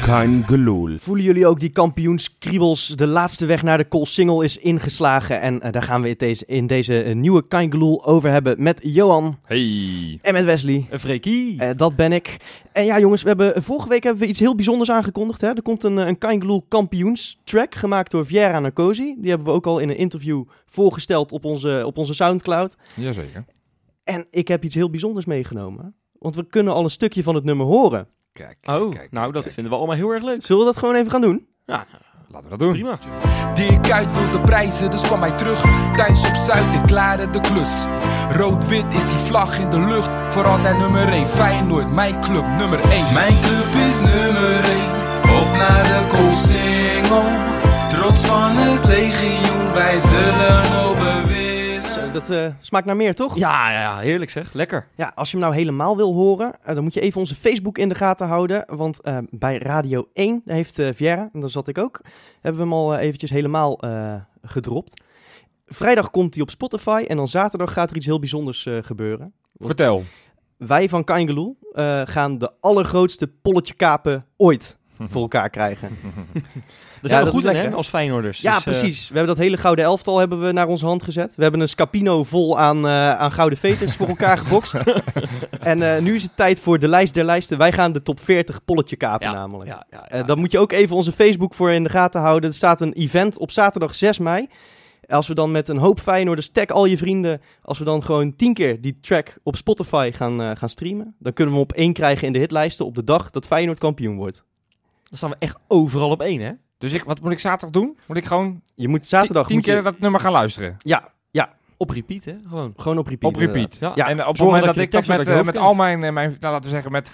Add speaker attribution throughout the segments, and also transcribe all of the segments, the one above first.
Speaker 1: Kein geloel.
Speaker 2: Voelen jullie ook die kampioenskriebels? De laatste weg naar de Koolsingel is ingeslagen. En eh, daar gaan we het deze, in deze eh, nieuwe Kein Geloel over hebben met Johan
Speaker 3: Hey.
Speaker 2: en met Wesley.
Speaker 4: Een freakie.
Speaker 2: Eh, dat ben ik. En ja jongens, we hebben, vorige week hebben we iets heel bijzonders aangekondigd. Hè? Er komt een, eh, een Kein Geloel kampioenstrack gemaakt door Viera Narcosi. Die hebben we ook al in een interview voorgesteld op onze, op onze Soundcloud.
Speaker 3: Jazeker.
Speaker 2: En ik heb iets heel bijzonders meegenomen. Want we kunnen al een stukje van het nummer horen.
Speaker 3: Kijk,
Speaker 4: Oh,
Speaker 3: kijk,
Speaker 4: nou dat vinden we allemaal heel erg leuk.
Speaker 2: Zullen we dat gewoon even gaan doen?
Speaker 4: Ja,
Speaker 3: laten we dat doen.
Speaker 4: prima.
Speaker 5: Dirk uit wilde prijzen, dus kwam hij terug. Thuis op Zuid, ik klaarde de klus. Rood-wit is die vlag in de lucht. Voor altijd nummer 1. Feyenoord, mijn club nummer 1. Mijn club is nummer 1. Op naar de Koolsingel. Trots van het legioen, wij zullen overwinnen.
Speaker 2: Zo, dat eh, smaakt naar meer, toch?
Speaker 4: Ja, ja, ja, heerlijk zeg. Lekker.
Speaker 2: Ja, als je hem nou helemaal wil horen, eh, dan moet je even onze Facebook in de gaten houden. Want eh, bij Radio 1, daar heeft eh Viera, en daar zat ik ook, hebben we hem al eh, eventjes helemaal eh, gedropt. Vrijdag komt hij op Spotify en dan zaterdag gaat er iets heel bijzonders eh, gebeuren.
Speaker 3: Vertel.
Speaker 2: Wij van Kangeloel eh, gaan de allergrootste polletje kapen ooit voor elkaar krijgen.
Speaker 4: Daar
Speaker 2: dat
Speaker 4: zijn we
Speaker 2: is
Speaker 4: goed in,
Speaker 2: lekker,
Speaker 4: hè,
Speaker 2: hè?
Speaker 4: als Feyenoorders.
Speaker 2: Ja,
Speaker 4: Dus, eh,
Speaker 2: precies. We hebben dat hele gouden elftal hebben we naar onze hand gezet. We hebben een Scapino vol aan, eh, aan gouden veters voor elkaar gebokst. en eh, nu is het tijd voor de lijst der lijsten. Wij gaan de top 40 polletje kapen
Speaker 4: ja,
Speaker 2: namelijk.
Speaker 4: Ja, ja, ja.
Speaker 2: Eh, dan moet je ook even onze Facebook voor in de gaten houden. Er staat een event op zaterdag 6 mei. Als we dan met een hoop Feyenoorders, tag al je vrienden. Als we dan gewoon tien keer die track op Spotify gaan, eh, gaan streamen. Dan kunnen we hem op één krijgen in de hitlijsten op de dag dat Feyenoord kampioen wordt.
Speaker 4: Dan staan we echt overal op één, hè?
Speaker 3: Dus ik, wat moet ik zaterdag doen? Moet ik gewoon
Speaker 2: Je moet zaterdag...
Speaker 3: ti- tien
Speaker 2: moet je-
Speaker 3: keer dat nummer gaan luisteren?
Speaker 2: Ja,
Speaker 4: Op repeat, hè? Gewoon.
Speaker 2: gewoon op repeat.
Speaker 3: Op repeat.
Speaker 2: inderdaad.
Speaker 4: Ja.
Speaker 2: Ja,
Speaker 3: en op het
Speaker 4: zorgen
Speaker 3: moment
Speaker 4: dat
Speaker 3: dat,
Speaker 4: je
Speaker 3: ik
Speaker 4: de
Speaker 3: dat
Speaker 4: tekst uit
Speaker 3: met,
Speaker 4: je
Speaker 3: eh,
Speaker 4: hoofd
Speaker 3: met
Speaker 4: kent.
Speaker 3: al mijn, eh, mijn nou, laten we zeggen, met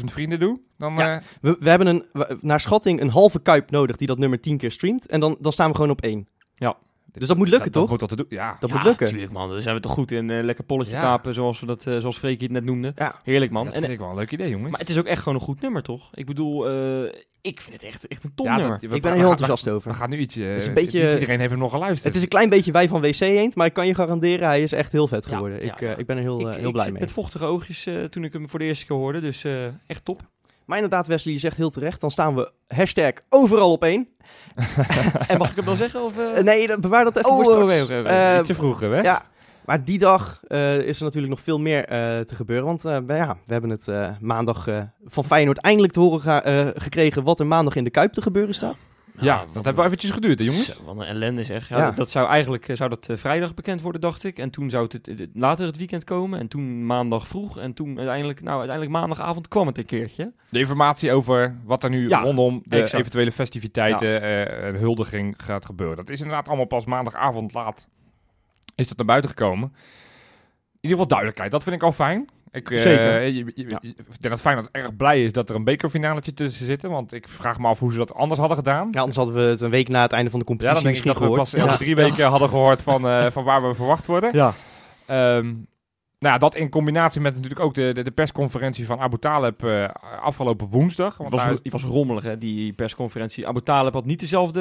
Speaker 3: 50.000 vrienden doe, dan...
Speaker 2: Ja.
Speaker 3: eh,
Speaker 2: We, we hebben een, we- naar schatting een halve kuip nodig die dat nummer 10 keer streamt. En dan, dan staan we gewoon op één.
Speaker 4: Ja.
Speaker 2: Dus dat moet lukken,
Speaker 3: dat
Speaker 2: toch?
Speaker 3: Moet dat te doen. Ja.
Speaker 2: Dat
Speaker 4: Ja,
Speaker 2: moet lukken.
Speaker 4: Tuurlijk, man. Daar zijn we toch goed in. eh, lekker polletje
Speaker 3: Ja.
Speaker 4: kapen, zoals, we dat, eh, zoals Freekie het net noemde.
Speaker 2: Ja.
Speaker 4: Heerlijk, man.
Speaker 3: Dat
Speaker 4: en, eh,
Speaker 3: vind ik wel een leuk idee, jongens.
Speaker 4: maar het is ook echt gewoon een goed nummer, toch? Ik bedoel, eh, ik vind het echt, echt een
Speaker 3: Ja, dat-
Speaker 4: topnummer.
Speaker 3: we-
Speaker 2: Ik
Speaker 3: we-
Speaker 2: ben er
Speaker 3: we-
Speaker 2: heel
Speaker 3: we-
Speaker 2: enthousiast
Speaker 3: We
Speaker 2: over.
Speaker 3: gaan nu iets... eh,
Speaker 2: is een beetje-
Speaker 3: niet iedereen heeft hem nog geluisterd. Oh,
Speaker 2: Het is een klein beetje wij van WC Eend, maar ik kan je garanderen, hij is echt heel vet
Speaker 4: Ja,
Speaker 2: geworden.
Speaker 4: ja,
Speaker 2: ik,
Speaker 4: ja.
Speaker 2: eh, ik ben er heel, eh,
Speaker 4: ik,
Speaker 2: heel
Speaker 4: ik
Speaker 2: blij
Speaker 4: zit
Speaker 2: mee.
Speaker 4: met vochtige oogjes eh, toen ik hem voor de eerste keer hoorde. Dus eh, echt top.
Speaker 2: Maar inderdaad, Wesley, je zegt heel terecht, dan staan we hashtag overal op één.
Speaker 4: en mag ik hem dan zeggen? Of, eh?
Speaker 2: Eh, nee, dan- bewaar dat even
Speaker 4: Oh,
Speaker 2: voor straks.
Speaker 4: oké, oké, oké.
Speaker 2: Eh,
Speaker 3: Iets te vroeg, hè? Wes?
Speaker 2: ja, maar die dag eh, is er natuurlijk nog veel meer eh, te gebeuren. Want eh, we- ja, we hebben het eh, maandag eh, van Feyenoord eindelijk te horen ga- eh, gekregen wat er maandag in de Kuip te gebeuren staat.
Speaker 3: Ja,
Speaker 4: Nou,
Speaker 3: dat
Speaker 4: wat-
Speaker 3: hebben wel eventjes geduurd, hè, jongens?
Speaker 4: Zo, wat een ellende is echt. Ja,
Speaker 2: Ja.
Speaker 4: Dat, dat zou eigenlijk eh, zou dat, eh, vrijdag bekend worden, dacht ik. En toen zou het, het- het- later het weekend komen. En toen maandag vroeg. En toen uiteindelijk, nou, uiteindelijk maandagavond kwam het een keertje.
Speaker 3: De informatie over wat er nu
Speaker 4: Ja,
Speaker 3: rondom de
Speaker 4: exact.
Speaker 3: eventuele festiviteiten eh, en huldiging gaat gebeuren. Dat is inderdaad allemaal pas maandagavond laat is dat naar buiten gekomen. In ieder geval duidelijkheid, dat vind ik al fijn. Ik, eh,
Speaker 2: Zeker.
Speaker 3: je- je- je-
Speaker 2: Ja.
Speaker 3: ik denk dat Feyenoord erg blij is dat er een bekerfinaletje tussen zit. Want ik vraag me af hoe ze dat anders hadden gedaan.
Speaker 2: Ja, anders hadden we het een week na het einde van de
Speaker 3: Ja,
Speaker 2: competitie
Speaker 3: dan denk ik
Speaker 2: misschien
Speaker 3: dat we
Speaker 2: gehoord.
Speaker 3: pas elke drie weken hadden gehoord van, eh, van waar we verwacht worden.
Speaker 2: Ja.
Speaker 3: Ehm, nou ja, dat in combinatie met natuurlijk ook de, de, de persconferentie van Abu Talib eh, afgelopen woensdag.
Speaker 4: Het
Speaker 3: Want
Speaker 4: was,
Speaker 3: daar
Speaker 4: ro-
Speaker 3: is-
Speaker 4: het was rommelig, hè, die persconferentie. Abu Talib had niet dezelfde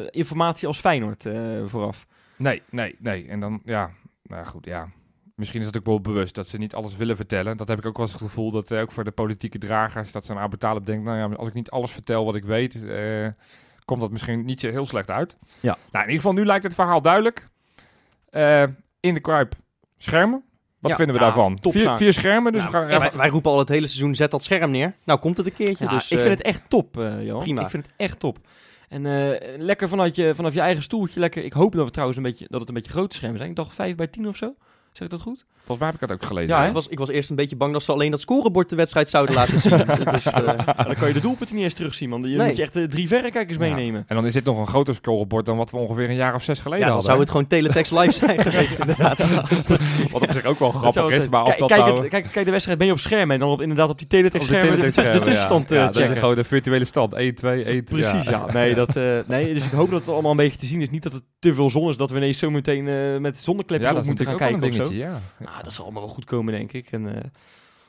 Speaker 4: eh, informatie als Feyenoord eh, vooraf.
Speaker 3: Nee, nee, nee. En dan, ja, nou goed, ja. Misschien is het ook wel bewust dat ze niet alles willen vertellen. Dat heb ik ook wel eens het gevoel dat eh, ook voor de politieke dragers, dat ze aan Abu Talib denkt, nou ja, als ik niet alles vertel wat ik weet, eh, komt dat misschien niet zo heel slecht uit.
Speaker 4: Ja.
Speaker 3: Nou, in ieder geval, nu lijkt het verhaal duidelijk. Eh, in de Kuip, schermen. Wat
Speaker 4: Ja,
Speaker 3: vinden we
Speaker 4: ja,
Speaker 3: daarvan?
Speaker 4: topzaak.
Speaker 3: Vier, vier schermen, dus
Speaker 4: Ja,
Speaker 3: we gaan...
Speaker 2: Ja, wij, wij roepen al het hele seizoen, zet dat scherm neer. Nou komt het een keertje,
Speaker 4: Ja,
Speaker 2: dus
Speaker 4: ik
Speaker 2: eh,
Speaker 4: vind het echt top, eh Johan.
Speaker 2: prima.
Speaker 4: Ik vind het echt top. En eh, lekker vanuit je, vanaf je eigen stoeltje. Lekker. Ik hoop dat, we trouwens een beetje, dat het een beetje grote schermen zijn. Ik dacht 5 bij 10 of zo. Zeg ik dat goed?
Speaker 3: Volgens mij heb ik dat ook gelezen.
Speaker 4: Ja, hè?
Speaker 2: ik, was, ik was eerst een beetje bang dat ze alleen dat scorebord de wedstrijd zouden laten zien. dus, eh,
Speaker 4: Ja, dan kan je de doelpunten niet eens terugzien, man. Je
Speaker 2: Nee.
Speaker 4: moet je echt eh, drie verrekijkers
Speaker 3: Ja.
Speaker 4: meenemen.
Speaker 3: En dan is dit nog een groter scorebord dan wat we ongeveer een jaar of zes geleden
Speaker 2: ja, dan
Speaker 3: hadden.
Speaker 2: zou het gewoon teletext live zijn geweest inderdaad. Nou
Speaker 3: Wat op zich ook wel
Speaker 4: Dat
Speaker 3: grappig
Speaker 4: zou het
Speaker 3: is,
Speaker 4: zijn.
Speaker 3: maar of
Speaker 4: Kijk-
Speaker 3: dat
Speaker 4: kijk,
Speaker 3: nou...
Speaker 4: het- kijk, kijk de wedstrijd ben je op schermen en dan op, inderdaad op die teletext
Speaker 3: Op de
Speaker 4: schermen de,
Speaker 3: teletext
Speaker 4: de
Speaker 3: schermen, ja.
Speaker 4: tussenstand eh,
Speaker 3: Ja, dat je
Speaker 4: checken.
Speaker 3: gewoon de virtuele stand. 1, 2, 1.
Speaker 4: Precies, ja. Nee, dat, eh, nee, dus ik hoop dat het allemaal een beetje te zien is. Niet dat het te veel zon is dat we ineens zo meteen eh, met zonneklepjes
Speaker 3: Ja, dat
Speaker 4: op
Speaker 3: is
Speaker 4: moeten
Speaker 3: natuurlijk
Speaker 4: gaan
Speaker 3: ook wel een
Speaker 4: kijken of Ah,
Speaker 3: dingetje,
Speaker 4: zo.
Speaker 3: ja.
Speaker 4: Nou, dat zal allemaal wel goed komen, denk ik. En, eh, Nou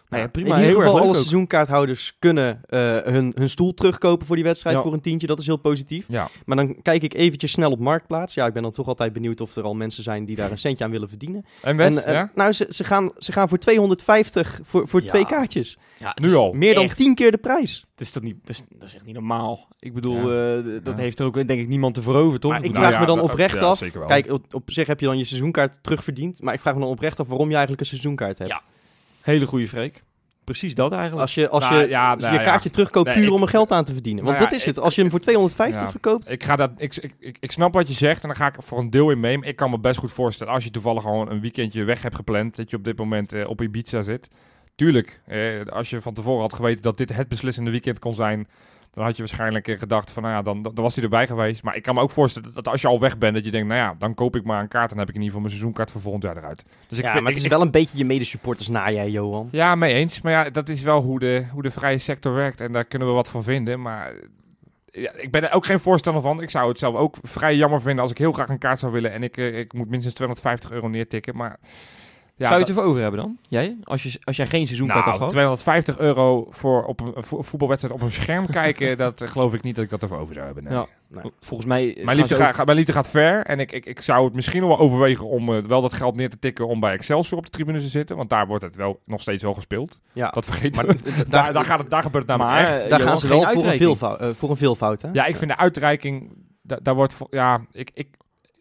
Speaker 4: ja,
Speaker 2: in
Speaker 4: prima.
Speaker 2: ieder
Speaker 4: heel
Speaker 2: geval
Speaker 4: erg
Speaker 2: alle
Speaker 4: leuk ook.
Speaker 2: seizoenkaarthouders kunnen eh, hun, hun stoel terugkopen voor die wedstrijd
Speaker 4: Ja.
Speaker 2: voor een tientje. Dat is heel positief.
Speaker 3: Ja,
Speaker 2: Maar dan kijk ik eventjes snel op Marktplaats. Ja, ik ben dan toch altijd benieuwd of er al mensen zijn die daar een centje aan willen verdienen.
Speaker 3: en Wes,
Speaker 2: en, eh,
Speaker 3: ja?
Speaker 2: Nou, ze, ze, gaan, ze gaan voor 250 voor, voor
Speaker 4: Ja.
Speaker 2: twee kaartjes.
Speaker 4: Ja, het
Speaker 3: Nu
Speaker 4: is-
Speaker 3: al.
Speaker 2: Meer dan
Speaker 4: Echt?
Speaker 2: 10 keer de prijs.
Speaker 4: Dat is, toch niet, dat, is, dat is echt niet normaal. Ik bedoel, eh, d- dat
Speaker 3: Ja.
Speaker 4: heeft er ook denk ik niemand te veroveren, toch?
Speaker 2: Maar ik
Speaker 4: bedoel,
Speaker 3: Nou
Speaker 2: vraag
Speaker 3: ja,
Speaker 2: me dan
Speaker 3: dat-
Speaker 2: oprecht
Speaker 3: ja,
Speaker 2: af.
Speaker 3: zeker wel.
Speaker 2: Kijk, op, op zich heb je dan je seizoenkaart terugverdiend. Maar ik vraag me dan oprecht af waarom je eigenlijk een seizoenkaart hebt.
Speaker 4: Ja, hele goede freak. Precies dat eigenlijk.
Speaker 2: Als je, als
Speaker 3: Nou,
Speaker 2: je
Speaker 3: ja,
Speaker 2: dus
Speaker 3: nou
Speaker 2: je
Speaker 3: ja.
Speaker 2: kaartje terugkoopt
Speaker 3: Nee,
Speaker 2: puur
Speaker 3: ik-
Speaker 2: om er geld aan te verdienen. Want
Speaker 3: Nou
Speaker 2: dat
Speaker 3: ja,
Speaker 2: is het.
Speaker 3: ik-
Speaker 2: Als je hem voor 250
Speaker 3: Ja.
Speaker 2: verkoopt.
Speaker 3: Ik, ga dat, ik, ik, ik, ik snap wat je zegt en daar ga ik voor een deel in mee. Maar ik kan me best goed voorstellen, als je toevallig gewoon een weekendje weg hebt gepland, dat je op dit moment eh, op Ibiza zit. Tuurlijk, eh, als je van tevoren had geweten dat dit het beslissende weekend kon zijn, dan had je waarschijnlijk eh, gedacht van, nou ja, dan, dan dan was hij erbij geweest. Maar ik kan me ook voorstellen dat als je al weg bent, dat je denkt, nou ja, dan koop ik maar een kaart en dan heb ik in ieder geval mijn seizoenkaart voor volgend jaar eruit. Dus ik
Speaker 2: ja, maar
Speaker 3: vind- ik-
Speaker 2: het is
Speaker 3: ik-
Speaker 2: wel een beetje je medesupporters na jij, Johan.
Speaker 3: Ja, mee eens. Maar ja, dat is wel hoe de, hoe de vrije sector werkt. En daar kunnen we wat van vinden. Maar eh, ja, ik ben er ook geen voorstander van. Ik zou het zelf ook vrij jammer vinden als ik heel graag een kaart zou willen. En ik, eh, ik moet minstens 250 euro neertikken. Maar ja,
Speaker 4: Zou je
Speaker 3: dat-
Speaker 4: het ervoor over hebben dan? Jij? Als, je, als jij geen seizoenkaart had
Speaker 3: nou,
Speaker 4: gehad?
Speaker 3: 250 euro voor op een vo- voetbalwedstrijd op een scherm kijken, dat eh, geloof ik niet dat ik dat ervoor over zou hebben. nee.
Speaker 4: Ja.
Speaker 2: Nee.
Speaker 4: Volgens mij... eh,
Speaker 3: Mijn,
Speaker 4: gaan
Speaker 3: liefde
Speaker 4: ze
Speaker 3: ga-
Speaker 4: ook-
Speaker 3: ga- mijn liefde gaat ver en ik, ik, ik zou het misschien nog wel overwegen om eh, wel dat geld neer te tikken om bij Excelsior op de tribune te zitten. Want daar wordt het wel nog steeds wel gespeeld.
Speaker 2: Ja.
Speaker 3: Dat vergeten
Speaker 2: Maar
Speaker 3: we.
Speaker 2: d-
Speaker 3: Daar, daar, gaat het, daar gebeurt het namelijk
Speaker 4: Maar,
Speaker 3: echt.
Speaker 4: eh,
Speaker 2: Daar
Speaker 4: Johan,
Speaker 2: gaan ze
Speaker 4: geen
Speaker 2: wel voor een,
Speaker 4: uitreiking.
Speaker 2: veelvoud, eh, voor een veelvoud, hè?
Speaker 3: Ja, ik vind de uitreiking, da- daar wordt, vo- ja, ik, ik,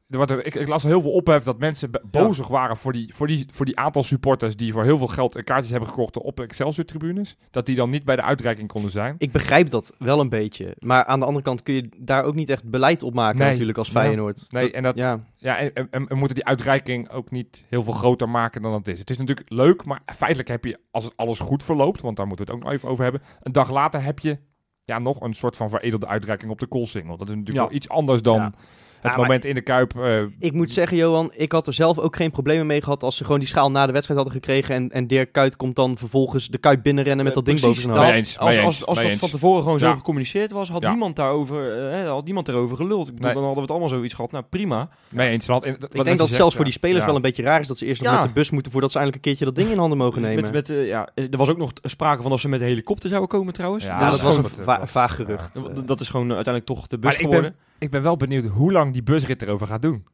Speaker 3: er wordt, er- ik, ik las heel veel ophef dat mensen be- bozig waren voor die, voor, die, voor die aantal supporters die voor heel veel geld eh, kaartjes hebben gekocht op de Excelsior-tribunes, dat die dan niet bij de uitreiking konden zijn.
Speaker 2: Ik begrijp dat wel een beetje. Maar aan de andere kant kun je daar ook niet echt beleid op maken,
Speaker 3: Nee.
Speaker 2: natuurlijk, als
Speaker 3: Ja.
Speaker 2: Feyenoord.
Speaker 3: Nee,
Speaker 2: Dat-
Speaker 3: en, dat, ja.
Speaker 2: ja.
Speaker 3: en, en, en we moeten die uitreiking ook niet heel veel groter maken dan het is. Het is natuurlijk leuk, maar feitelijk heb je, als het alles goed verloopt, want daar moeten we het ook nog even over hebben, een dag later heb je ja, nog een soort van veredelde uitreiking op de Koolsingel. Dat is natuurlijk
Speaker 4: Ja.
Speaker 3: wel iets anders dan
Speaker 2: Ja.
Speaker 3: het
Speaker 2: maar-
Speaker 3: moment in de Kuip. eh,
Speaker 2: Ik moet zeggen, Johan, ik had er zelf ook geen problemen mee gehad als ze gewoon die schaal na de wedstrijd hadden gekregen. En, en Dirk Kuyt komt dan vervolgens de Kuit binnenrennen met dat
Speaker 4: Eh,
Speaker 2: ding boven
Speaker 4: precies.
Speaker 2: zijn
Speaker 4: Nou,
Speaker 2: hoofd.
Speaker 3: Mee
Speaker 4: als- Als,
Speaker 3: eens, mee
Speaker 4: als,
Speaker 3: eens,
Speaker 4: als
Speaker 3: mee
Speaker 4: dat van
Speaker 3: eens.
Speaker 4: tevoren gewoon zo
Speaker 3: Ja.
Speaker 4: gecommuniceerd was, had,
Speaker 3: Ja.
Speaker 4: niemand, daarover, eh, had niemand erover geluld. Ik bedoel,
Speaker 3: Nee.
Speaker 4: dan hadden we het allemaal zoiets gehad. Nou, prima.
Speaker 3: Mee eens. want in- wat-
Speaker 2: Ik
Speaker 3: wat je
Speaker 2: denk dat het
Speaker 3: zegt,
Speaker 2: zelfs voor
Speaker 3: ja.
Speaker 2: die spelers
Speaker 3: Ja.
Speaker 2: wel een beetje raar is dat ze eerst nog
Speaker 4: Ja.
Speaker 2: met de bus moeten voordat ze eindelijk een keertje dat ding in handen mogen nemen.
Speaker 4: Met, met, eh, ja, er was ook nog t- sprake van dat ze met de helikopter zouden komen trouwens. Nou,
Speaker 3: Ja,
Speaker 2: Ja,
Speaker 4: dat,
Speaker 2: dat
Speaker 4: is
Speaker 2: was
Speaker 4: gewoon-
Speaker 2: een va- vaag gerucht.
Speaker 4: dat- dat is gewoon eh, uiteindelijk toch de bus
Speaker 3: Maar ik ben-
Speaker 4: geworden.
Speaker 3: Ik ben wel benieuwd hoe lang die busrit erover gaat doen.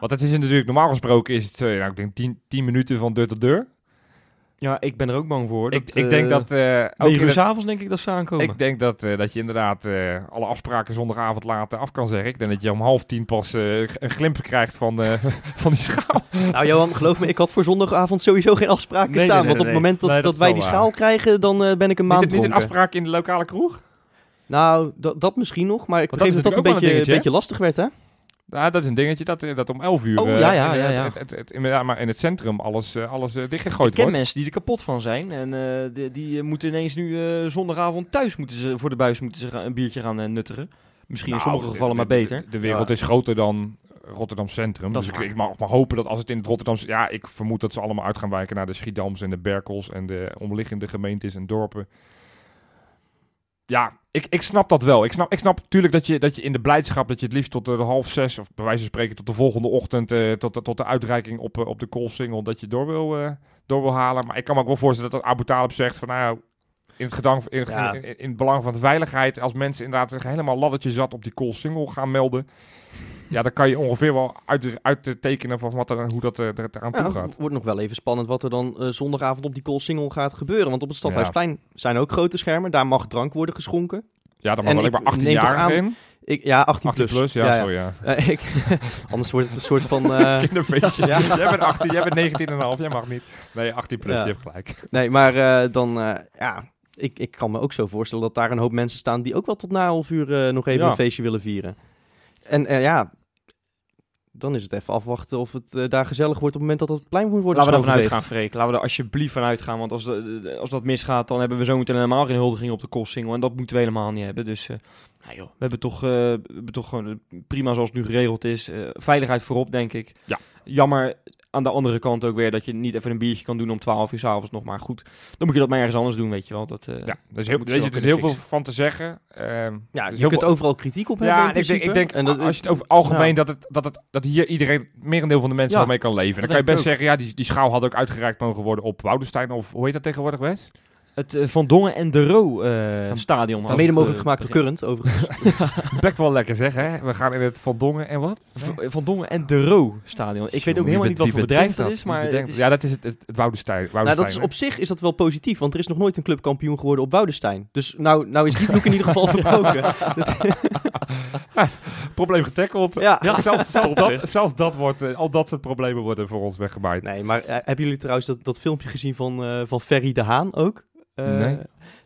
Speaker 3: Want het is natuurlijk, normaal gesproken is het, eh, nou, ik denk 10 10 minuten van deur tot deur.
Speaker 4: Ja, ik ben er ook bang voor.
Speaker 3: ik, ik denk dat... eh, ook
Speaker 4: Negen
Speaker 3: in
Speaker 4: uur
Speaker 3: het-
Speaker 4: s'avonds denk ik dat ze aankomen.
Speaker 3: ik denk dat, eh, dat je inderdaad eh, alle afspraken zondagavond later af kan zeggen. Ik denk dat je om half tien pas eh, een glimp krijgt van, eh, van die schaal.
Speaker 2: Nou Johan, geloof me, ik had voor zondagavond sowieso geen afspraken
Speaker 4: Nee, nee,
Speaker 2: staan.
Speaker 4: nee,
Speaker 2: want op het
Speaker 4: nee.
Speaker 2: moment dat,
Speaker 3: Nee, dat
Speaker 2: dat
Speaker 3: is
Speaker 2: wij
Speaker 3: wel
Speaker 2: die
Speaker 3: waar.
Speaker 2: schaal krijgen, dan eh, ben ik een
Speaker 3: Niet,
Speaker 2: maand
Speaker 3: niet een
Speaker 2: dronken.
Speaker 3: afspraak in de lokale kroeg?
Speaker 2: Nou, dat, dat misschien nog, maar ik
Speaker 3: Want dat
Speaker 2: begreep dat
Speaker 3: is
Speaker 2: dat een
Speaker 3: natuurlijk ook wel
Speaker 2: beetje,
Speaker 3: een
Speaker 2: een beetje lastig werd, hè?
Speaker 3: Nou, dat is een dingetje dat, eh, dat om elf uur
Speaker 4: Oh,
Speaker 3: eh,
Speaker 4: ja, ja,
Speaker 3: in, eh,
Speaker 4: ja, ja.
Speaker 3: Het, het, het- in, ja, maar in het centrum alles, eh, alles eh,
Speaker 4: Ik
Speaker 3: dichtgegooid
Speaker 4: ken
Speaker 3: wordt.
Speaker 4: mensen die er kapot van zijn. En eh, die, die eh, moeten ineens nu eh, zondagavond thuis moeten ze, voor de buis moeten ze gaan- een biertje gaan eh, nutteren. Misschien in
Speaker 3: Nou,
Speaker 4: sommige
Speaker 3: de-
Speaker 4: gevallen maar
Speaker 3: de-
Speaker 4: beter.
Speaker 3: De, de wereld
Speaker 2: Ja.
Speaker 3: is groter dan Rotterdam Centrum.
Speaker 4: Dat
Speaker 3: dus
Speaker 4: is
Speaker 3: ik,
Speaker 4: waar.
Speaker 3: ik mag maar hopen dat als het in het Rotterdam... Ja, ik vermoed dat ze allemaal uit gaan wijken naar de Schiedams en de Berkels... en de omliggende gemeentes en dorpen. Ja, ik, ik snap dat wel. Ik snap, ik snap natuurlijk dat je, dat je in de blijdschap... dat je het liefst tot eh, de half zes, of bij wijze van spreken... tot de volgende ochtend, eh, tot, de- tot de uitreiking op, eh, op de Koolsingel... dat je door wil, eh, door wil halen. Maar ik kan me ook wel voorstellen dat Abu Talib zegt van... Nou, in het, gedank, in, het-
Speaker 2: Ja.
Speaker 3: in, in het belang van de veiligheid, als mensen inderdaad zich helemaal laddertje zat op die call single gaan melden. Ja, dan kan je ongeveer wel uit, uit te tekenen van wat er, hoe dat eh, er eraan toe
Speaker 2: Ja,
Speaker 3: gaat.
Speaker 2: het wordt nog wel even spannend wat er dan eh, zondagavond op die call single gaat gebeuren. Want op het Stadhuisplein zijn ook grote schermen, daar mag drank worden geschonken.
Speaker 3: Ja, dan
Speaker 2: En
Speaker 3: mag wel
Speaker 2: ik
Speaker 3: ik maar 18
Speaker 2: neem toch
Speaker 3: jaar
Speaker 2: aan-
Speaker 3: in.
Speaker 2: Ik, ja, 18
Speaker 3: 18
Speaker 2: plus.
Speaker 3: plus, ja, sorry. Ja.
Speaker 2: Eh, ik, anders wordt het een soort van... eh,
Speaker 3: Kinderfeestje.
Speaker 2: Ja.
Speaker 3: jij bent 18, jij bent 19 en half, jij mag niet. Nee, 18 plus,
Speaker 2: Ja.
Speaker 3: je hebt gelijk.
Speaker 2: nee, maar eh, dan... eh, ja, ik, ik kan me ook zo voorstellen dat daar een hoop mensen staan... die ook wel tot na half uur eh, nog even
Speaker 4: Ja.
Speaker 2: een feestje willen vieren. En eh, ja... Dan is het even afwachten of het eh, daar gezellig wordt op het moment dat het plein moet worden
Speaker 4: Laten we ervan
Speaker 2: schoongeveegd.
Speaker 4: uitgaan, Freek. Laten we er alsjeblieft van uitgaan. Want als, de- de- als dat misgaat, dan hebben we zometeen helemaal geen huldiging op de kostsingel. En dat moeten we helemaal niet hebben. Dus eh, nou joh, we, hebben toch, eh, we hebben toch gewoon eh, prima zoals het nu geregeld is. Eh, veiligheid voorop, denk ik.
Speaker 3: Ja.
Speaker 4: Jammer aan de andere kant ook weer dat je niet even een biertje kan doen om 12 uur s'avonds nog. Maar goed, dan moet je dat maar ergens anders doen, weet je wel. Dat, eh,
Speaker 3: Ja, er is
Speaker 4: ze
Speaker 3: heel,
Speaker 4: wel
Speaker 3: weet je, er is
Speaker 4: kunnen
Speaker 3: heel veel
Speaker 4: fixen.
Speaker 3: van te zeggen. Ehm,
Speaker 2: Ja,
Speaker 3: er is
Speaker 2: je
Speaker 3: heel
Speaker 2: kunt
Speaker 3: veel-
Speaker 2: overal kritiek op hebben.
Speaker 3: ja,
Speaker 2: in
Speaker 3: en ik denk, ik
Speaker 2: principe.
Speaker 3: denk
Speaker 2: En dat-
Speaker 3: als je het over algemeen
Speaker 2: ja.
Speaker 3: dat, het, dat, het, dat hier iedereen, merendeel van de mensen
Speaker 4: Ja,
Speaker 3: wel mee kan leven. Dan
Speaker 4: dat
Speaker 3: kan je
Speaker 4: denk
Speaker 3: best
Speaker 4: ik
Speaker 3: zeggen, ja, die, die schaal had ook uitgereikt mogen worden op Woudenstein of hoe heet dat tegenwoordig, Wes?
Speaker 4: Het eh, Van Dongen en de Roo eh, stadion. had
Speaker 2: mede
Speaker 4: het,
Speaker 2: mogelijk
Speaker 4: eh,
Speaker 2: gemaakt door
Speaker 4: begin.
Speaker 2: Current, overigens.
Speaker 3: Bek wel lekker zeg, hè? We gaan in het Van Dongen en wat?
Speaker 4: V- Van Dongen en de Roo stadion. Ik weet ook helemaal niet wat voor bedrijf dat is, maar het is...
Speaker 3: Ja, dat is het, het, het Woudenstein.
Speaker 2: nou, dat is,
Speaker 3: Woudenstein,
Speaker 2: op zich is dat wel positief, want er is nog nooit een clubkampioen geworden op Woudenstein. Dus nou, nou is die vloek in ieder geval verbroken.
Speaker 3: hè? Probleem getackeld.
Speaker 2: ja.
Speaker 3: Zelfs, zelfs, dat, zelfs dat wordt, eh, al dat soort problemen worden voor ons weggemaaid.
Speaker 2: Nee, maar eh, hebben jullie trouwens dat, dat filmpje gezien van, eh, van Ferry de Haan ook? Eh,
Speaker 3: Nee.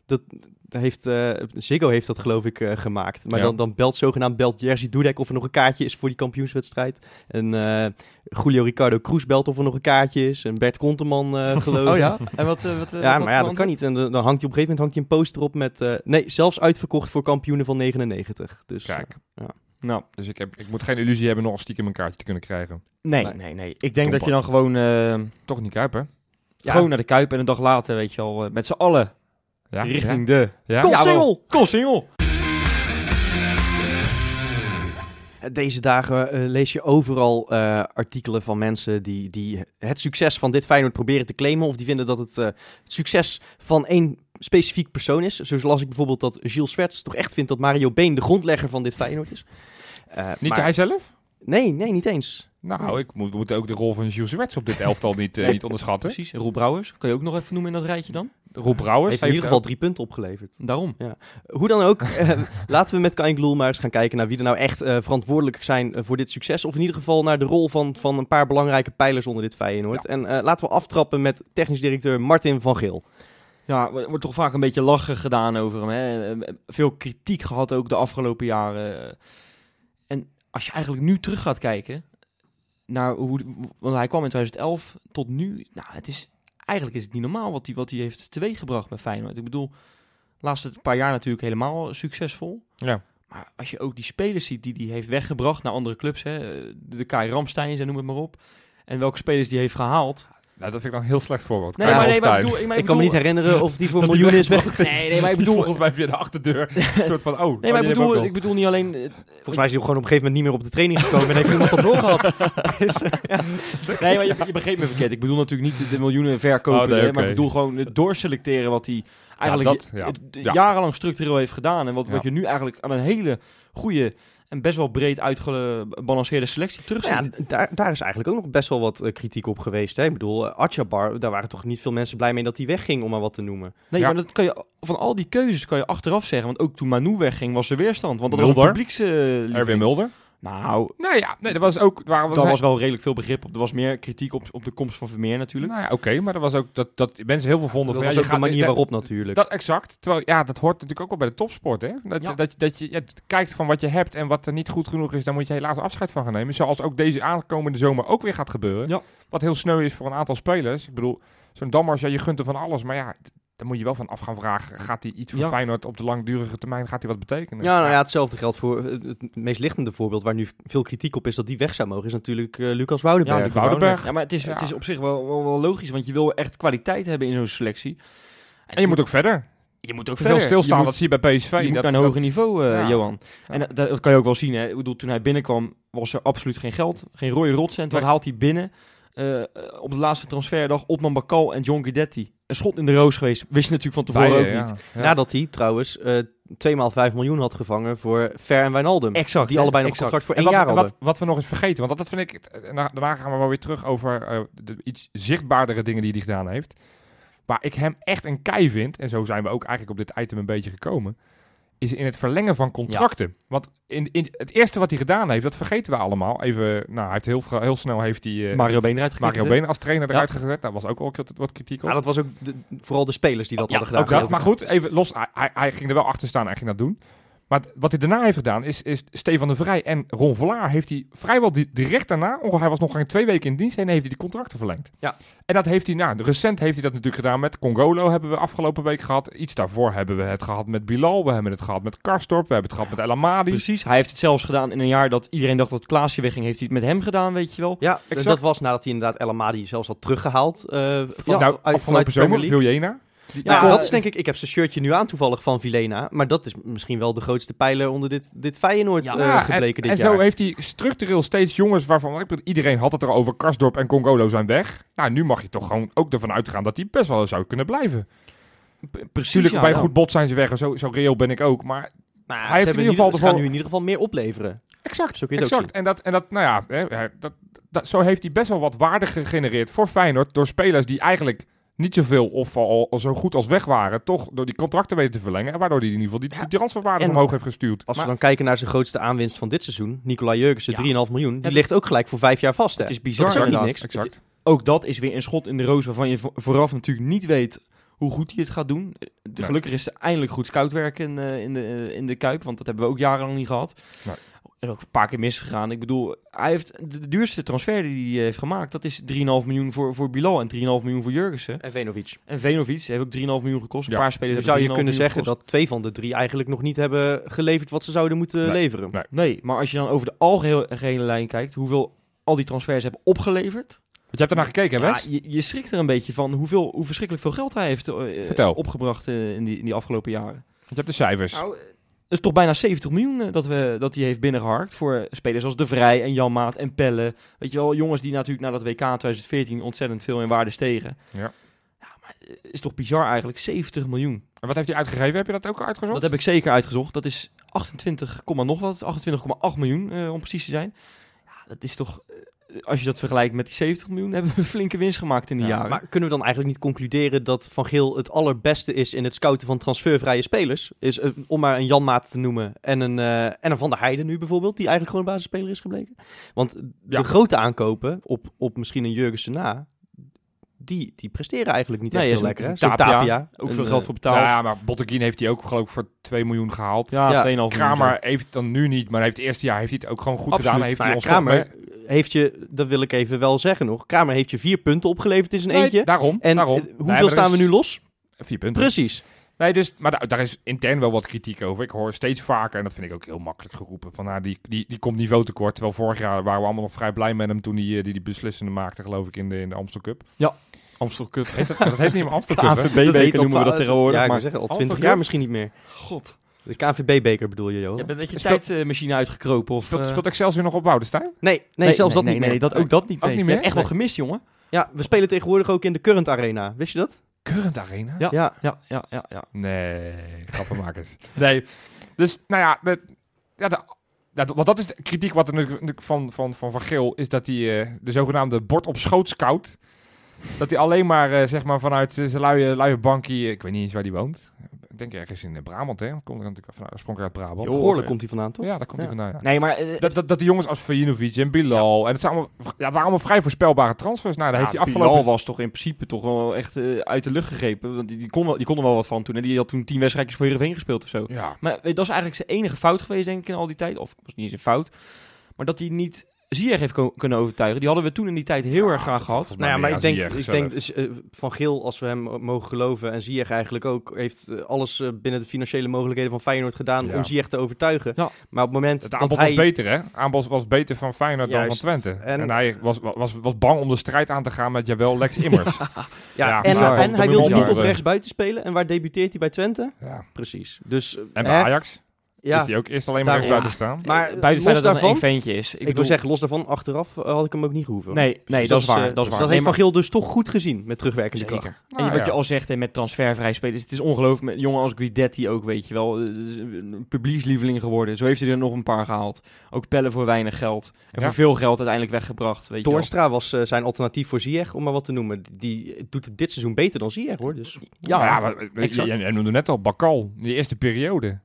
Speaker 2: Dat daar heeft, eh, Ziggo heeft dat geloof ik eh, gemaakt. Maar
Speaker 3: Ja.
Speaker 2: dan, dan belt zogenaamd belt Jerzy Dudek of er nog een kaartje is voor die kampioenswedstrijd. En eh, Julio Ricardo Cruz belt of er nog een kaartje is. En Bert Konteman eh geloof ik.
Speaker 4: Oh ja? En wat, eh, wat,
Speaker 2: Ja,
Speaker 4: eh, wat
Speaker 2: maar ja,
Speaker 4: voor
Speaker 2: dat kan
Speaker 4: antwoord?
Speaker 2: niet. En dan dan hangt hij op een gegeven moment hangt hij een poster op met... eh, nee, zelfs uitverkocht voor kampioenen van 99. Dus,
Speaker 3: Kijk,
Speaker 4: Nou,
Speaker 3: dus ik, heb, ik moet geen illusie hebben nog stiekem een kaartje te kunnen krijgen.
Speaker 4: nee,
Speaker 2: Nee.
Speaker 4: nee, nee. Ik denk dat
Speaker 3: Domper.
Speaker 4: je dan gewoon, eh,
Speaker 3: Toch niet Kuip, hè?
Speaker 2: Ja.
Speaker 4: gewoon naar de Kuip en een dag later, weet je wel, eh, met z'n allen
Speaker 3: Ja?
Speaker 4: richting de...
Speaker 3: Ja?
Speaker 2: Kom,
Speaker 3: Ja?
Speaker 4: Jawel.
Speaker 2: single!
Speaker 4: Kom, single!
Speaker 2: Deze dagen eh, lees je overal eh, artikelen van mensen die, die het succes van dit Feyenoord proberen te claimen. Of die vinden dat het eh, het succes van één specifiek persoon is. Zo las ik bijvoorbeeld dat Gilles Swerts toch echt vindt dat Mario Been de grondlegger van dit Feyenoord is. Eh,
Speaker 3: Niet
Speaker 2: maar-
Speaker 3: hij zelf?
Speaker 2: Nee, nee, niet eens.
Speaker 3: Nou, ik moet, we moeten ook de rol van Jules Wets op dit elftal niet, eh, niet onderschatten.
Speaker 4: Precies. Roel Brouwers, kan je ook nog even noemen in dat rijtje dan?
Speaker 3: Roel Brouwers
Speaker 2: Heeft in ieder
Speaker 3: ook-
Speaker 2: geval drie punten opgeleverd.
Speaker 4: Daarom.
Speaker 2: Hoe dan ook, eh, laten we met Kain Gloel maar eens gaan kijken naar wie er nou echt eh, verantwoordelijk zijn eh, voor dit succes. Of in ieder geval naar de rol van, van een paar belangrijke pijlers onder dit Feyenoord. En eh, laten we aftrappen met technisch directeur Martin van Geel.
Speaker 4: Ja, er wordt toch vaak een beetje lachen gedaan over hem. Hè? Eh, Veel kritiek gehad ook de afgelopen jaren. Eh, En als je eigenlijk nu terug gaat kijken naar hoe... Want hij kwam in 2011 tot nu. Nou, het is, eigenlijk is het niet normaal wat hij, wat hij heeft teweeggebracht met Feyenoord. Ik bedoel, de laatste paar jaar natuurlijk helemaal succesvol.
Speaker 3: Ja.
Speaker 4: Maar als je ook die spelers ziet die hij heeft weggebracht naar andere clubs. Hè? eh, De Kai Ramsteins en noem het maar op. En welke spelers die heeft gehaald.
Speaker 3: Nou, dat vind ik dan een heel slecht voorbeeld.
Speaker 4: Nee,
Speaker 3: Kyle
Speaker 4: maar, nee, maar
Speaker 3: Hofstein.
Speaker 4: ik bedoel... maar
Speaker 2: Ik kan me
Speaker 4: bedoel-
Speaker 2: niet herinneren of die voor
Speaker 3: Dat hij
Speaker 2: miljoenen is weg.
Speaker 3: weggebracht is.
Speaker 4: Nee, nee, maar ik
Speaker 3: Die
Speaker 4: bedoel-
Speaker 3: volgens mij via de achterdeur. Een soort van, oh.
Speaker 4: Nee, maar ik
Speaker 3: die hebben we
Speaker 4: bedoel,
Speaker 3: ook
Speaker 4: ik bedoel niet alleen... eh,
Speaker 2: Volgens mij is hij gewoon op een gegeven moment niet meer op de training gekomen en heeft niemand dat doorgehad. Dus, eh,
Speaker 4: Nee, maar je, je begreep me verkeerd. Ik bedoel natuurlijk niet de miljoenen verkopen,
Speaker 3: Oh, nee,
Speaker 4: hè,
Speaker 3: oké.
Speaker 4: maar ik bedoel gewoon het doorselecteren wat hij eigenlijk
Speaker 3: dat, ja.
Speaker 4: het- het
Speaker 3: Ja.
Speaker 4: jarenlang structureel heeft gedaan. En wat, wat
Speaker 3: Ja.
Speaker 4: je nu eigenlijk aan een hele goede en best wel breed uitgebalanceerde selectie terugziet.
Speaker 2: ja, daar, daar is eigenlijk ook nog best wel wat eh, kritiek op geweest. Hè? Ik bedoel, eh, Atjabar, daar waren toch niet veel mensen blij mee dat hij wegging, om maar wat te noemen.
Speaker 4: nee,
Speaker 3: ja.
Speaker 4: maar dat kan je, van al die keuzes kan je achteraf zeggen. Want ook toen Manu wegging was er weerstand. Want dat was
Speaker 3: Mulder.
Speaker 4: een publiekse...
Speaker 3: nog.
Speaker 4: Uh,
Speaker 3: Erwin Mulder.
Speaker 4: nou,
Speaker 3: Nou ja, nee, er was ook... Waar was
Speaker 4: daar
Speaker 3: hij-
Speaker 4: was wel redelijk veel begrip op. Er was meer kritiek op, op de komst van Vermeer natuurlijk.
Speaker 3: Nou ja, oké, maar er was ook dat, dat mensen heel veel vonden
Speaker 2: Dat
Speaker 3: van...
Speaker 2: was
Speaker 3: ja,
Speaker 2: ook
Speaker 3: je
Speaker 2: de
Speaker 3: gaat-
Speaker 2: manier
Speaker 3: dat-
Speaker 2: waarop natuurlijk.
Speaker 3: Dat exact. Terwijl, ja, dat hoort natuurlijk ook wel bij de topsport, hè? Dat,
Speaker 4: Ja.
Speaker 3: je- dat, je- dat je ja, kijkt van wat je hebt en wat er niet goed genoeg is, daar moet je helaas afscheid van gaan nemen. Zoals ook deze aankomende zomer ook weer gaat gebeuren.
Speaker 4: Ja.
Speaker 3: Wat heel sneu is voor een aantal spelers. Ik bedoel, zo'n Dammers, ja, je gunt er van alles, maar ja... d- Daar moet je wel van af gaan vragen. Gaat hij iets voor
Speaker 4: Ja.
Speaker 3: Feyenoord op de langdurige termijn? Gaat hij wat betekenen?
Speaker 2: Ja, nou ja, hetzelfde geldt voor eh, het meest lichtende voorbeeld waar nu veel kritiek op is dat die weg zou mogen, is natuurlijk eh, Lucas Woudenberg.
Speaker 4: Ja,
Speaker 3: Woudenberg.
Speaker 4: Luc Woudenberg. Ja, maar het is,
Speaker 3: Ja.
Speaker 4: het is op zich wel, wel, wel logisch, want je wil echt kwaliteit hebben in zo'n selectie.
Speaker 3: En je moet ook verder.
Speaker 4: je moet ook
Speaker 3: Te veel stilstaan, dat zie je bij PSV.
Speaker 4: Je moet
Speaker 3: dat,
Speaker 4: naar een
Speaker 3: dat-
Speaker 4: hoger niveau, eh,
Speaker 3: Ja.
Speaker 4: Johan.
Speaker 3: Ja.
Speaker 4: En dat, dat kan je ook wel zien. Hè. Ik bedoel, toen hij binnenkwam, was er absoluut geen geld. Geen rode rotcent. Wat
Speaker 3: Nee.
Speaker 4: haalt hij binnen? Eh, eh, op de laatste transferdag Opman Bakal en John Guidetti. Een schot in de roos geweest. Wist je natuurlijk van tevoren
Speaker 3: Beide,
Speaker 4: ook
Speaker 3: ja.
Speaker 4: niet.
Speaker 3: Ja.
Speaker 2: Nadat hij trouwens eh 2 x 5 miljoen had gevangen voor Fer en Wijnaldum.
Speaker 4: Exact.
Speaker 2: Die
Speaker 4: hè,
Speaker 2: allebei nog
Speaker 4: exact.
Speaker 2: contract voor
Speaker 3: en
Speaker 2: één
Speaker 3: wat,
Speaker 2: jaar
Speaker 3: en
Speaker 2: hadden.
Speaker 3: wat, wat we nog eens vergeten, want dat, dat vind ik. eh, na- Daarna gaan we wel weer terug over eh, de iets zichtbaardere dingen die hij gedaan heeft. Waar ik hem echt een kei vind, en zo zijn we ook eigenlijk op dit item een beetje gekomen. Is in het verlengen van contracten. Want in, in het eerste wat hij gedaan heeft, dat vergeten we allemaal. Even, nou, hij heeft heel, vra- heel snel heeft hij, eh,
Speaker 4: Mario Been eruit
Speaker 3: Mario
Speaker 4: gekikt, hè.
Speaker 3: Been als trainer
Speaker 4: Ja.
Speaker 3: eruit gezet. Daar was ook al wat- wat kritiek op.
Speaker 2: Ja, dat was ook de- vooral de spelers die dat
Speaker 3: Ja,
Speaker 2: hadden gedaan.
Speaker 3: ook dat.
Speaker 2: geloof
Speaker 3: Maar
Speaker 2: ik.
Speaker 3: goed, even los. Hij, hij, hij ging er wel achter staan. Hij ging dat doen. Maar het- wat hij daarna heeft gedaan is, is Stefan de Vrij en Ron Vlaar heeft hij vrijwel di- direct daarna, ongeveer hij was nog geen twee weken in dienst en heeft hij die contracten verlengd.
Speaker 2: Ja.
Speaker 3: En dat heeft hij, nou, recent heeft hij dat natuurlijk gedaan met Congolo hebben we afgelopen week gehad. Iets daarvoor hebben we het gehad met Bilal, we hebben het gehad met Karstorp, we hebben het gehad met El Amadi.
Speaker 4: Precies. Hij heeft het zelfs gedaan in een jaar dat iedereen dacht dat Klaasje wegging. Heeft hij het met hem gedaan, weet je wel?
Speaker 2: Ja, en
Speaker 3: Exact.
Speaker 2: dat was nadat hij inderdaad El Amadi zelfs had teruggehaald. eh, van,
Speaker 3: nou,
Speaker 2: uit- vanuit de Premier
Speaker 3: afgelopen zomer,
Speaker 2: League.
Speaker 3: Viljena.
Speaker 2: Ja,
Speaker 4: Ja,
Speaker 2: dat
Speaker 4: eh,
Speaker 2: is denk ik... Ik heb zijn shirtje nu aan toevallig van Vilena. Maar dat is misschien wel de grootste pijler onder dit, dit Feyenoord
Speaker 4: Ja.
Speaker 2: eh,
Speaker 3: Ja, Ah, en-
Speaker 2: gebleken
Speaker 3: en,
Speaker 2: dit
Speaker 3: zo
Speaker 2: jaar.
Speaker 3: heeft hij structureel steeds jongens waarvan ik bedoel, iedereen had het erover. Karsdorp en Congolo zijn weg. Nou, nu mag je toch gewoon ook ervan uitgaan dat die best wel zou kunnen blijven.
Speaker 4: P- Precies.
Speaker 3: Tuurlijk,
Speaker 4: ja,
Speaker 3: bij
Speaker 4: ja.
Speaker 3: goed bot zijn ze weg. en Zo, zo reëel ben ik ook. Maar
Speaker 2: Nou,
Speaker 3: Hij
Speaker 2: ze hebben
Speaker 3: heeft in ieder geval
Speaker 2: ze
Speaker 3: de
Speaker 2: gaan
Speaker 3: vol-
Speaker 2: nu in ieder geval meer opleveren.
Speaker 3: exact.
Speaker 2: Zo kun je het ook
Speaker 3: exact. En, dat, en dat, nou ja, hè, hij- dat, dat, zo heeft hij best wel wat waarde gegenereerd voor Feyenoord. Door spelers die eigenlijk niet zoveel of al, al zo goed als weg waren. Toch door die contracten weten te verlengen. En waardoor hij in ieder geval die, die transferwaarde
Speaker 2: en-
Speaker 3: omhoog heeft gestuurd.
Speaker 2: Als
Speaker 3: Maar-
Speaker 2: we dan kijken naar zijn grootste aanwinst van dit seizoen, Nicola Jurgensen,
Speaker 4: Ja.
Speaker 2: 3,5 miljoen. Die
Speaker 4: Ja.
Speaker 2: ligt ook gelijk voor vijf jaar vast. Hè?
Speaker 4: Het is bizar
Speaker 2: dat is ook niet
Speaker 4: inderdaad.
Speaker 2: niks.
Speaker 3: Exact.
Speaker 4: Ook dat is weer een schot in de roos waarvan je vo- vooraf natuurlijk niet weet hoe goed hij het gaat doen. Eh, de-
Speaker 3: Nee.
Speaker 4: Gelukkig is er eindelijk goed scoutwerk in, eh, in, de, eh, in de Kuip, want dat hebben we ook jarenlang niet gehad.
Speaker 3: Nee.
Speaker 4: En ook een paar keer misgegaan. Ik bedoel, hij heeft de, de duurste transfer die hij eh, heeft gemaakt, dat is 3,5 miljoen voor, voor Bilal en 3,5 miljoen voor Jurgensen.
Speaker 2: En Venovic.
Speaker 4: En Venovic heeft ook 3,5 miljoen gekost.
Speaker 3: Ja.
Speaker 4: Een paar spelers
Speaker 2: Dan
Speaker 4: hebben
Speaker 2: zou je
Speaker 4: 3,5
Speaker 2: kunnen
Speaker 4: miljoen
Speaker 2: zeggen
Speaker 4: gekost.
Speaker 2: dat twee van de drie eigenlijk nog niet hebben geleverd wat ze zouden moeten
Speaker 3: Nee.
Speaker 2: leveren.
Speaker 3: Nee.
Speaker 4: Nee, maar als je dan over de algehele algehele lijn kijkt, hoeveel al die transfers hebben opgeleverd...
Speaker 3: Want je hebt ernaar gekeken, hè, Wes?
Speaker 4: Ja, je, je schrikt er een beetje van hoeveel, hoe verschrikkelijk veel geld hij heeft eh,
Speaker 3: Vertel.
Speaker 4: opgebracht eh, in, die, in die afgelopen jaren.
Speaker 3: Je hebt de cijfers.
Speaker 4: Nou, eh, dat is toch bijna 70 miljoen eh, dat, we, dat hij heeft binnengeharkt voor spelers als De Vrij en Jan Maat en Pelle. Weet je wel, jongens die natuurlijk na dat WK 2014 ontzettend veel in waarde stegen.
Speaker 3: Ja.
Speaker 4: maar eh, is toch bizar eigenlijk, 70 miljoen.
Speaker 3: En wat heeft hij uitgegeven? Heb je dat ook uitgezocht?
Speaker 4: Dat heb ik zeker uitgezocht. Dat is 28, komma nog wat, 28,8 miljoen eh, om precies te zijn. Ja, dat is toch... eh, Als je dat vergelijkt met die 70 miljoen, hebben we een flinke winst gemaakt in die
Speaker 2: Ja,
Speaker 4: jaren.
Speaker 2: Maar kunnen we dan eigenlijk niet concluderen dat Van Geel het allerbeste is in het scouten van transfervrije spelers? Is, eh, om maar een Janmaat te noemen en een, eh, en een Van der Heijden nu bijvoorbeeld, die eigenlijk gewoon een basisspeler is gebleken. Want de
Speaker 3: Ja.
Speaker 2: grote aankopen op, op misschien een Jurgensen na, die, die presteren eigenlijk niet
Speaker 4: Nee,
Speaker 2: echt
Speaker 4: ja,
Speaker 2: heel
Speaker 4: zo'n-
Speaker 2: lekker. hè?
Speaker 4: zo'n
Speaker 2: Zo'n
Speaker 4: Tapia, ook
Speaker 2: een,
Speaker 4: veel
Speaker 2: eh,
Speaker 4: geld voor betaald.
Speaker 3: Nou Ja, ja, maar Botteguin heeft hij ook geloof ik voor 2 miljoen gehaald.
Speaker 4: Ja,
Speaker 2: Ja,
Speaker 4: 2,5 miljoen.
Speaker 3: Kramer heeft het dan nu niet, maar hij heeft het eerste jaar heeft hij het ook gewoon goed
Speaker 4: Absoluut.
Speaker 3: gedaan. Hij Heeft hij
Speaker 2: Maar
Speaker 3: ons
Speaker 2: Kramer
Speaker 3: toch mee-
Speaker 2: heeft je, dat wil ik even wel zeggen nog, Kramer heeft je vier punten opgeleverd in zijn
Speaker 3: Nee,
Speaker 2: eentje.
Speaker 3: daarom.
Speaker 2: En
Speaker 3: daarom.
Speaker 2: eh,
Speaker 3: Nee,
Speaker 2: hoeveel
Speaker 3: maar er
Speaker 2: staan we
Speaker 3: is-
Speaker 2: nu los?
Speaker 3: Vier punten.
Speaker 2: Precies.
Speaker 3: Nee, dus, maar daar, daar is intern wel wat kritiek over. Ik hoor steeds vaker, en dat vind ik ook heel makkelijk geroepen, van nou, die, die, die komt niveau tekort. Terwijl vorig jaar waren we allemaal nog vrij blij met hem toen hij eh, die, die beslissende maakte, geloof ik, in de, in de Amstel Cup.
Speaker 4: Amstel Cup.
Speaker 3: Heet dat, dat heet niet meer Amstel
Speaker 4: De
Speaker 3: Cup, hè?
Speaker 2: weet
Speaker 4: AVB-beker
Speaker 2: al
Speaker 4: noemen
Speaker 2: twa-
Speaker 4: we dat tegenwoordig.
Speaker 2: Ja, ik wil
Speaker 4: maar
Speaker 2: zeggen, al
Speaker 3: Alpha
Speaker 2: 20 jaar
Speaker 3: Club?
Speaker 2: misschien niet meer.
Speaker 4: god.
Speaker 2: De KNVB-beker bedoel je, joh.
Speaker 4: Je bent net je
Speaker 3: Speelt-
Speaker 4: tijdmachine uitgekropen of...
Speaker 3: Speelt,
Speaker 4: eh,
Speaker 3: speelt Excelsior nog op Woudenstein?
Speaker 2: Nee, nee, zelfs
Speaker 4: nee,
Speaker 2: dat niet
Speaker 4: nee,
Speaker 2: meer.
Speaker 4: Nee, dat, ook dat niet.
Speaker 3: Ook
Speaker 4: nee.
Speaker 3: niet
Speaker 4: Je hebt
Speaker 3: meer?
Speaker 4: echt wel gemist, jongen.
Speaker 2: Ja, we spelen tegenwoordig ook in de Current Arena. Wist je dat?
Speaker 3: Current Arena?
Speaker 4: Ja.
Speaker 2: Ja.
Speaker 4: Ja, ja, ja. ja.
Speaker 3: Nee, grappenmakers. nee, dus nou ja, de, ja de, ja, de- want dat is de kritiek wat er natuurlijk van Van, van, van Geel is dat hij eh, de zogenaamde bord op schoot scout. Dat hij alleen maar, eh, zeg maar vanuit eh, zijn luie, luie bankie, eh, ik weet niet eens waar hij woont. Ik denk ergens in eh, Brabant, hè? Komt er natuurlijk vanuit, sprong uit Brabant.
Speaker 4: Joh.
Speaker 2: Goorlijk
Speaker 4: eh.
Speaker 2: komt hij vandaan, toch?
Speaker 3: Ja, daar komt
Speaker 2: Ja.
Speaker 3: hij vandaan. ja.
Speaker 4: Nee, maar... eh,
Speaker 3: Dat, dat, dat die jongens als Vajinovic en Bilal, en het, zijn allemaal, ja, het waren allemaal vrij voorspelbare transfers. Nou, daar
Speaker 4: ja,
Speaker 3: heeft hij afgelopen...
Speaker 4: Bilal was toch in principe toch wel echt eh, uit de lucht gegrepen. Want die, die, kon wel, die kon er wel wat van toen. En die had toen tien wedstrijdjes voor Heerenveen gespeeld of zo.
Speaker 3: Ja,
Speaker 4: Maar weet je, dat is eigenlijk zijn enige fout geweest, denk ik, in al die tijd. Of was niet eens een fout. Maar dat hij niet Ziyech heeft ko- kunnen overtuigen. Die hadden we toen in die tijd heel erg graag gehad.
Speaker 3: volgens mij
Speaker 2: Nou ja, maar
Speaker 3: meer
Speaker 2: ik denk,
Speaker 3: aan Ziyech
Speaker 2: ik
Speaker 3: zelf.
Speaker 2: denk dus, eh, Van Geel, als we hem eh, mogen geloven, en Ziyech eigenlijk ook, heeft eh, alles eh, binnen de financiële mogelijkheden van Feyenoord gedaan
Speaker 3: Ja.
Speaker 2: om Ziyech te overtuigen.
Speaker 4: Ja.
Speaker 2: Maar op het moment
Speaker 3: Het
Speaker 2: dat
Speaker 3: aanbod
Speaker 2: hij...
Speaker 3: was beter, hè? Aanbod was beter van Feyenoord dan van
Speaker 2: Juist.
Speaker 3: Twente.
Speaker 2: En-
Speaker 3: En, hij was, was, was bang om de strijd aan te gaan met jawel Lex Immers. ja.
Speaker 2: ja,
Speaker 3: Ja,
Speaker 2: en, en
Speaker 3: maar-
Speaker 2: hij
Speaker 3: Tom
Speaker 2: wil
Speaker 3: Hemel-
Speaker 2: niet op
Speaker 3: Ja.
Speaker 2: rechtsbuiten spelen. En waar debuteert hij bij Twente? Precies. Dus, eh,
Speaker 3: En
Speaker 2: hè?
Speaker 3: bij Ajax
Speaker 2: ja.
Speaker 3: is hij ook eerst alleen maar
Speaker 2: Daarom-
Speaker 3: rechtsbuiten staan.
Speaker 2: Maar
Speaker 4: Eh, Buiten het
Speaker 2: los
Speaker 4: feit dat het
Speaker 2: daarvan,
Speaker 4: een één ventje is.
Speaker 2: ik,
Speaker 4: Ik, bedoel,
Speaker 2: wil zeggen, los daarvan, achteraf eh, had ik hem ook niet gehoeven.
Speaker 4: Nee, nee
Speaker 2: Dus
Speaker 4: dat is waar.
Speaker 2: eh,
Speaker 4: dat is
Speaker 2: dus
Speaker 4: waar.
Speaker 2: Dat
Speaker 4: Nee,
Speaker 2: heeft
Speaker 4: maar-
Speaker 2: Van Geel dus toch goed gezien met terugwerkende
Speaker 4: Zeker.
Speaker 2: kracht.
Speaker 4: en
Speaker 3: Nou
Speaker 4: wat je
Speaker 3: ja.
Speaker 4: al zegt hè, met transfervrij spelers, het is ongelooflijk. Met jongen als Guidetti ook, weet je wel. eh, Een publiekslieveling geworden. Zo heeft hij er nog een paar gehaald. Ook Pelle voor weinig geld. En
Speaker 3: Ja.
Speaker 4: voor veel geld uiteindelijk weggebracht, weet je wel.
Speaker 2: Toornstra was eh, zijn alternatief voor Ziyech, om maar wat te noemen. Die doet het dit seizoen beter dan Ziyech, hoor. Dus
Speaker 3: Ja,
Speaker 4: Ja,
Speaker 3: maar, eh,
Speaker 4: exact.
Speaker 3: en, en we doen net al, Bakal, die eerste periode.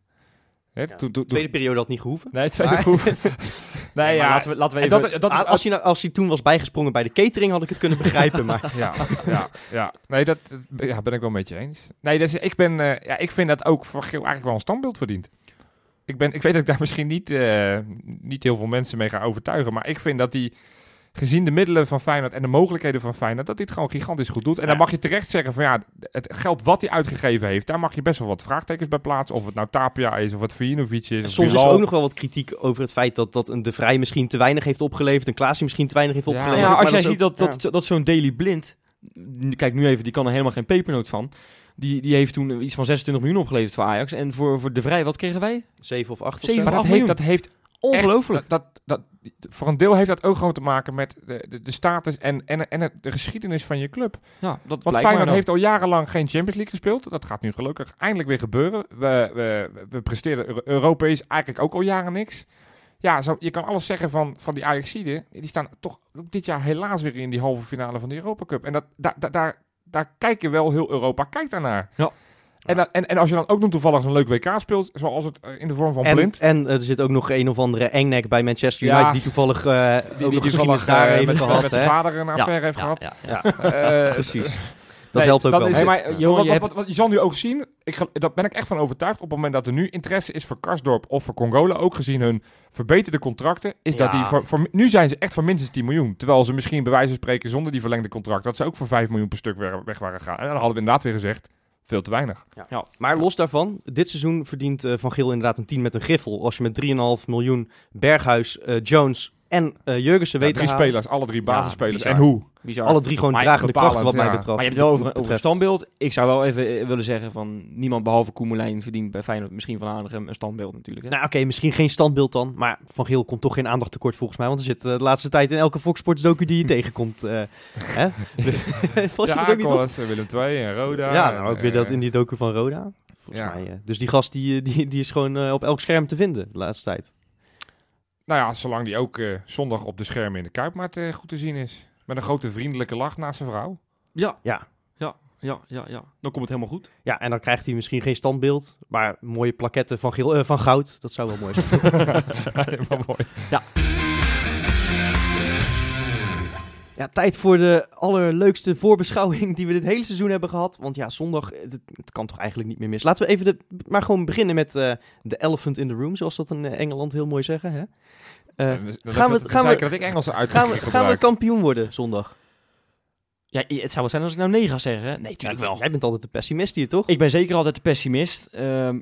Speaker 3: Hè? toen- toen- toen-
Speaker 2: tweede periode had niet gehoeven.
Speaker 3: nee, tweede
Speaker 2: Maar-
Speaker 3: groep. nee,
Speaker 4: Maar
Speaker 3: ja.
Speaker 4: laten we, laten we
Speaker 3: en
Speaker 4: even...
Speaker 3: dat, dat is
Speaker 2: Ah, als, hij, nou- als hij toen was bijgesprongen bij de catering, had ik het kunnen begrijpen. Maar
Speaker 3: Ja, ja, ja. Nee, dat dat- ja, ben ik wel met je eens. Nee, dus ik, ben, eh, ja, ik vind dat ook voor Geel eigenlijk wel een standbeeld verdient. ik, ben, ik weet dat ik daar misschien niet, eh, niet heel veel mensen mee ga overtuigen. Maar ik vind dat hij, gezien de middelen van Feyenoord en de mogelijkheden van Feyenoord, dat hij het gewoon gigantisch goed doet. En dan mag je terecht zeggen van ja, het geld wat hij uitgegeven heeft, daar mag je best wel wat vraagtekens bij plaatsen. Of het nou Tapia is, of wat Vijinovic is,
Speaker 2: En
Speaker 3: of
Speaker 2: soms is er
Speaker 3: Bilal.
Speaker 2: ook nog wel wat kritiek over het feit dat, dat een De Vrij misschien te weinig heeft opgeleverd. Een Klaasje misschien te weinig heeft
Speaker 3: Ja.
Speaker 2: opgeleverd.
Speaker 3: Ja,
Speaker 4: Nou ja, als
Speaker 2: maar
Speaker 4: jij
Speaker 2: dat is
Speaker 4: ziet dat,
Speaker 2: ook-
Speaker 4: dat, dat zo'n Daily Blind... nu- Kijk, nu even, die kan er helemaal geen pepernoot van. Die, die heeft toen iets van 26 miljoen opgeleverd voor Ajax. En voor, voor De Vrij, wat kregen wij?
Speaker 2: ja, Zeven of acht. of
Speaker 4: Zeven
Speaker 2: zo.
Speaker 3: Maar dat
Speaker 4: 8
Speaker 3: heeft,
Speaker 4: miljoen.
Speaker 3: dat heeft
Speaker 4: Ongelooflijk.
Speaker 3: Dat, dat, dat- voor een deel heeft dat ook gewoon te maken met de, de, de status en, en, en het, de geschiedenis van je club.
Speaker 4: Ja, dat
Speaker 3: Want
Speaker 4: blijkt
Speaker 3: Feyenoord
Speaker 4: maar
Speaker 3: heeft al jarenlang geen Champions League gespeeld. Dat gaat nu gelukkig eindelijk weer gebeuren. We, we, we presteren Euro- Europees eigenlijk ook al jaren niks. Ja, zo, je kan alles zeggen van, van die Ajaxiden. Die staan toch ook dit jaar helaas weer in die halve finale van de Europa Cup. En dat, daar daar daar, daar kijken wel heel Europa kijkt daarnaar.
Speaker 4: Ja.
Speaker 3: En, dat- en, en als je dan ook nog toevallig een leuk WK speelt, zoals het eh, in de vorm van
Speaker 2: En,
Speaker 3: Blind.
Speaker 2: en eh, er zit ook nog een of andere engnek bij Manchester United
Speaker 3: Ja.
Speaker 2: die toevallig eh ook nog geschiedenis
Speaker 3: toevallig,
Speaker 2: daar
Speaker 3: eh,
Speaker 2: heeft
Speaker 3: met,
Speaker 2: gehad.
Speaker 3: met
Speaker 2: hè?
Speaker 3: zijn vader een
Speaker 4: nog.
Speaker 3: affaire heeft
Speaker 4: ja,
Speaker 3: gehad.
Speaker 4: Ja, ja.
Speaker 3: Eh,
Speaker 2: Precies. Dat
Speaker 3: nee,
Speaker 2: helpt ook
Speaker 3: dat
Speaker 2: wel.
Speaker 3: is-
Speaker 4: Hey,
Speaker 2: mee.
Speaker 4: maar eh, Johan,
Speaker 3: wat,
Speaker 4: je
Speaker 3: wat,
Speaker 4: hebt-
Speaker 3: wat- wat je zal nu ook zien, ik, ge- daar ben ik echt van overtuigd, op het moment dat er nu interesse is voor Karsdorp of voor Congola, ook gezien hun verbeterde contracten, is dat
Speaker 4: Ja.
Speaker 3: die voor, voor- nu zijn ze echt voor minstens 10 miljoen. Terwijl ze misschien bij wijze van spreken zonder die verlengde contract, dat ze ook voor 5 miljoen per stuk weer- weg waren gegaan. En dan hadden we inderdaad weer gezegd, veel te weinig.
Speaker 2: Maar los daarvan, dit seizoen verdient eh, Van Geel inderdaad een 10 met een griffel. Als je met 3,5 miljoen Berghuis, eh, Jones en eh Jurgensen
Speaker 3: Ja,
Speaker 2: weet
Speaker 3: drie
Speaker 2: te halen.
Speaker 3: spelers, alle drie
Speaker 4: Ja,
Speaker 3: basisspelers.
Speaker 4: bizar.
Speaker 3: en hoe?
Speaker 4: Bizar.
Speaker 2: Alle drie gewoon
Speaker 4: Maar
Speaker 2: dragende
Speaker 3: bepalend,
Speaker 2: krachten wat mij
Speaker 3: ja.
Speaker 2: betreft.
Speaker 4: Maar je hebt het wel over, over een
Speaker 2: betreft.
Speaker 4: standbeeld. Ik zou wel even eh, willen zeggen van... Niemand behalve Koemelijn verdient bij Feyenoord misschien van Hanegem een standbeeld natuurlijk. Hè?
Speaker 2: Nou oké, misschien geen standbeeld dan. Maar Van Geel komt toch geen aandacht tekort volgens mij. Want er zit eh, de laatste tijd in elke Fox Sports docu die je tegenkomt. eh hè? Valt je
Speaker 3: ja,
Speaker 2: dat ook niet op?
Speaker 3: Collins, eh, Willem II en Roda.
Speaker 2: ja,
Speaker 3: en,
Speaker 2: nou, ook weer dat
Speaker 3: eh,
Speaker 2: in die docu van Roda. Volgens
Speaker 3: ja.
Speaker 2: mij. eh, dus die gast die, eh, die, die is gewoon eh, op elk scherm te vinden de laatste tijd.
Speaker 3: Nou ja, zolang die ook eh, zondag op de schermen in de Kuipmaat eh, goed te zien is. Met een grote vriendelijke lach naast zijn vrouw.
Speaker 4: Ja,
Speaker 2: Ja.
Speaker 4: ja, ja, ja, ja. Dan komt het helemaal goed.
Speaker 2: Ja, en dan krijgt hij misschien geen standbeeld. Maar mooie plaketten van, geel, eh, van goud. Dat zou wel mooi zijn.
Speaker 3: Helemaal mooi.
Speaker 2: Eh, ja, tijd voor de allerleukste voorbeschouwing die we dit hele seizoen hebben gehad. Want ja, zondag, eh, het, het kan toch eigenlijk niet meer mis. Laten we even de, maar gewoon beginnen met eh, de elephant in the room. Zoals dat in eh, Engeland heel mooi zeggen. Hè? Eh,
Speaker 3: Ja,
Speaker 2: gaan
Speaker 3: dus- dan heb
Speaker 2: we-
Speaker 3: je-
Speaker 2: gaan
Speaker 3: dan zei
Speaker 2: we-
Speaker 3: ik dat ik Engelse
Speaker 2: gaan, we,
Speaker 3: uitdrukking
Speaker 2: gaan we
Speaker 3: gebruik.
Speaker 2: kampioen worden zondag?
Speaker 4: Ja, i- het zou wel zijn als ik nou nee ga zeggen. hè? Nee,
Speaker 2: Ja, Jij bent altijd de pessimist hier, toch?
Speaker 4: Ik ben zeker altijd de pessimist. ehm,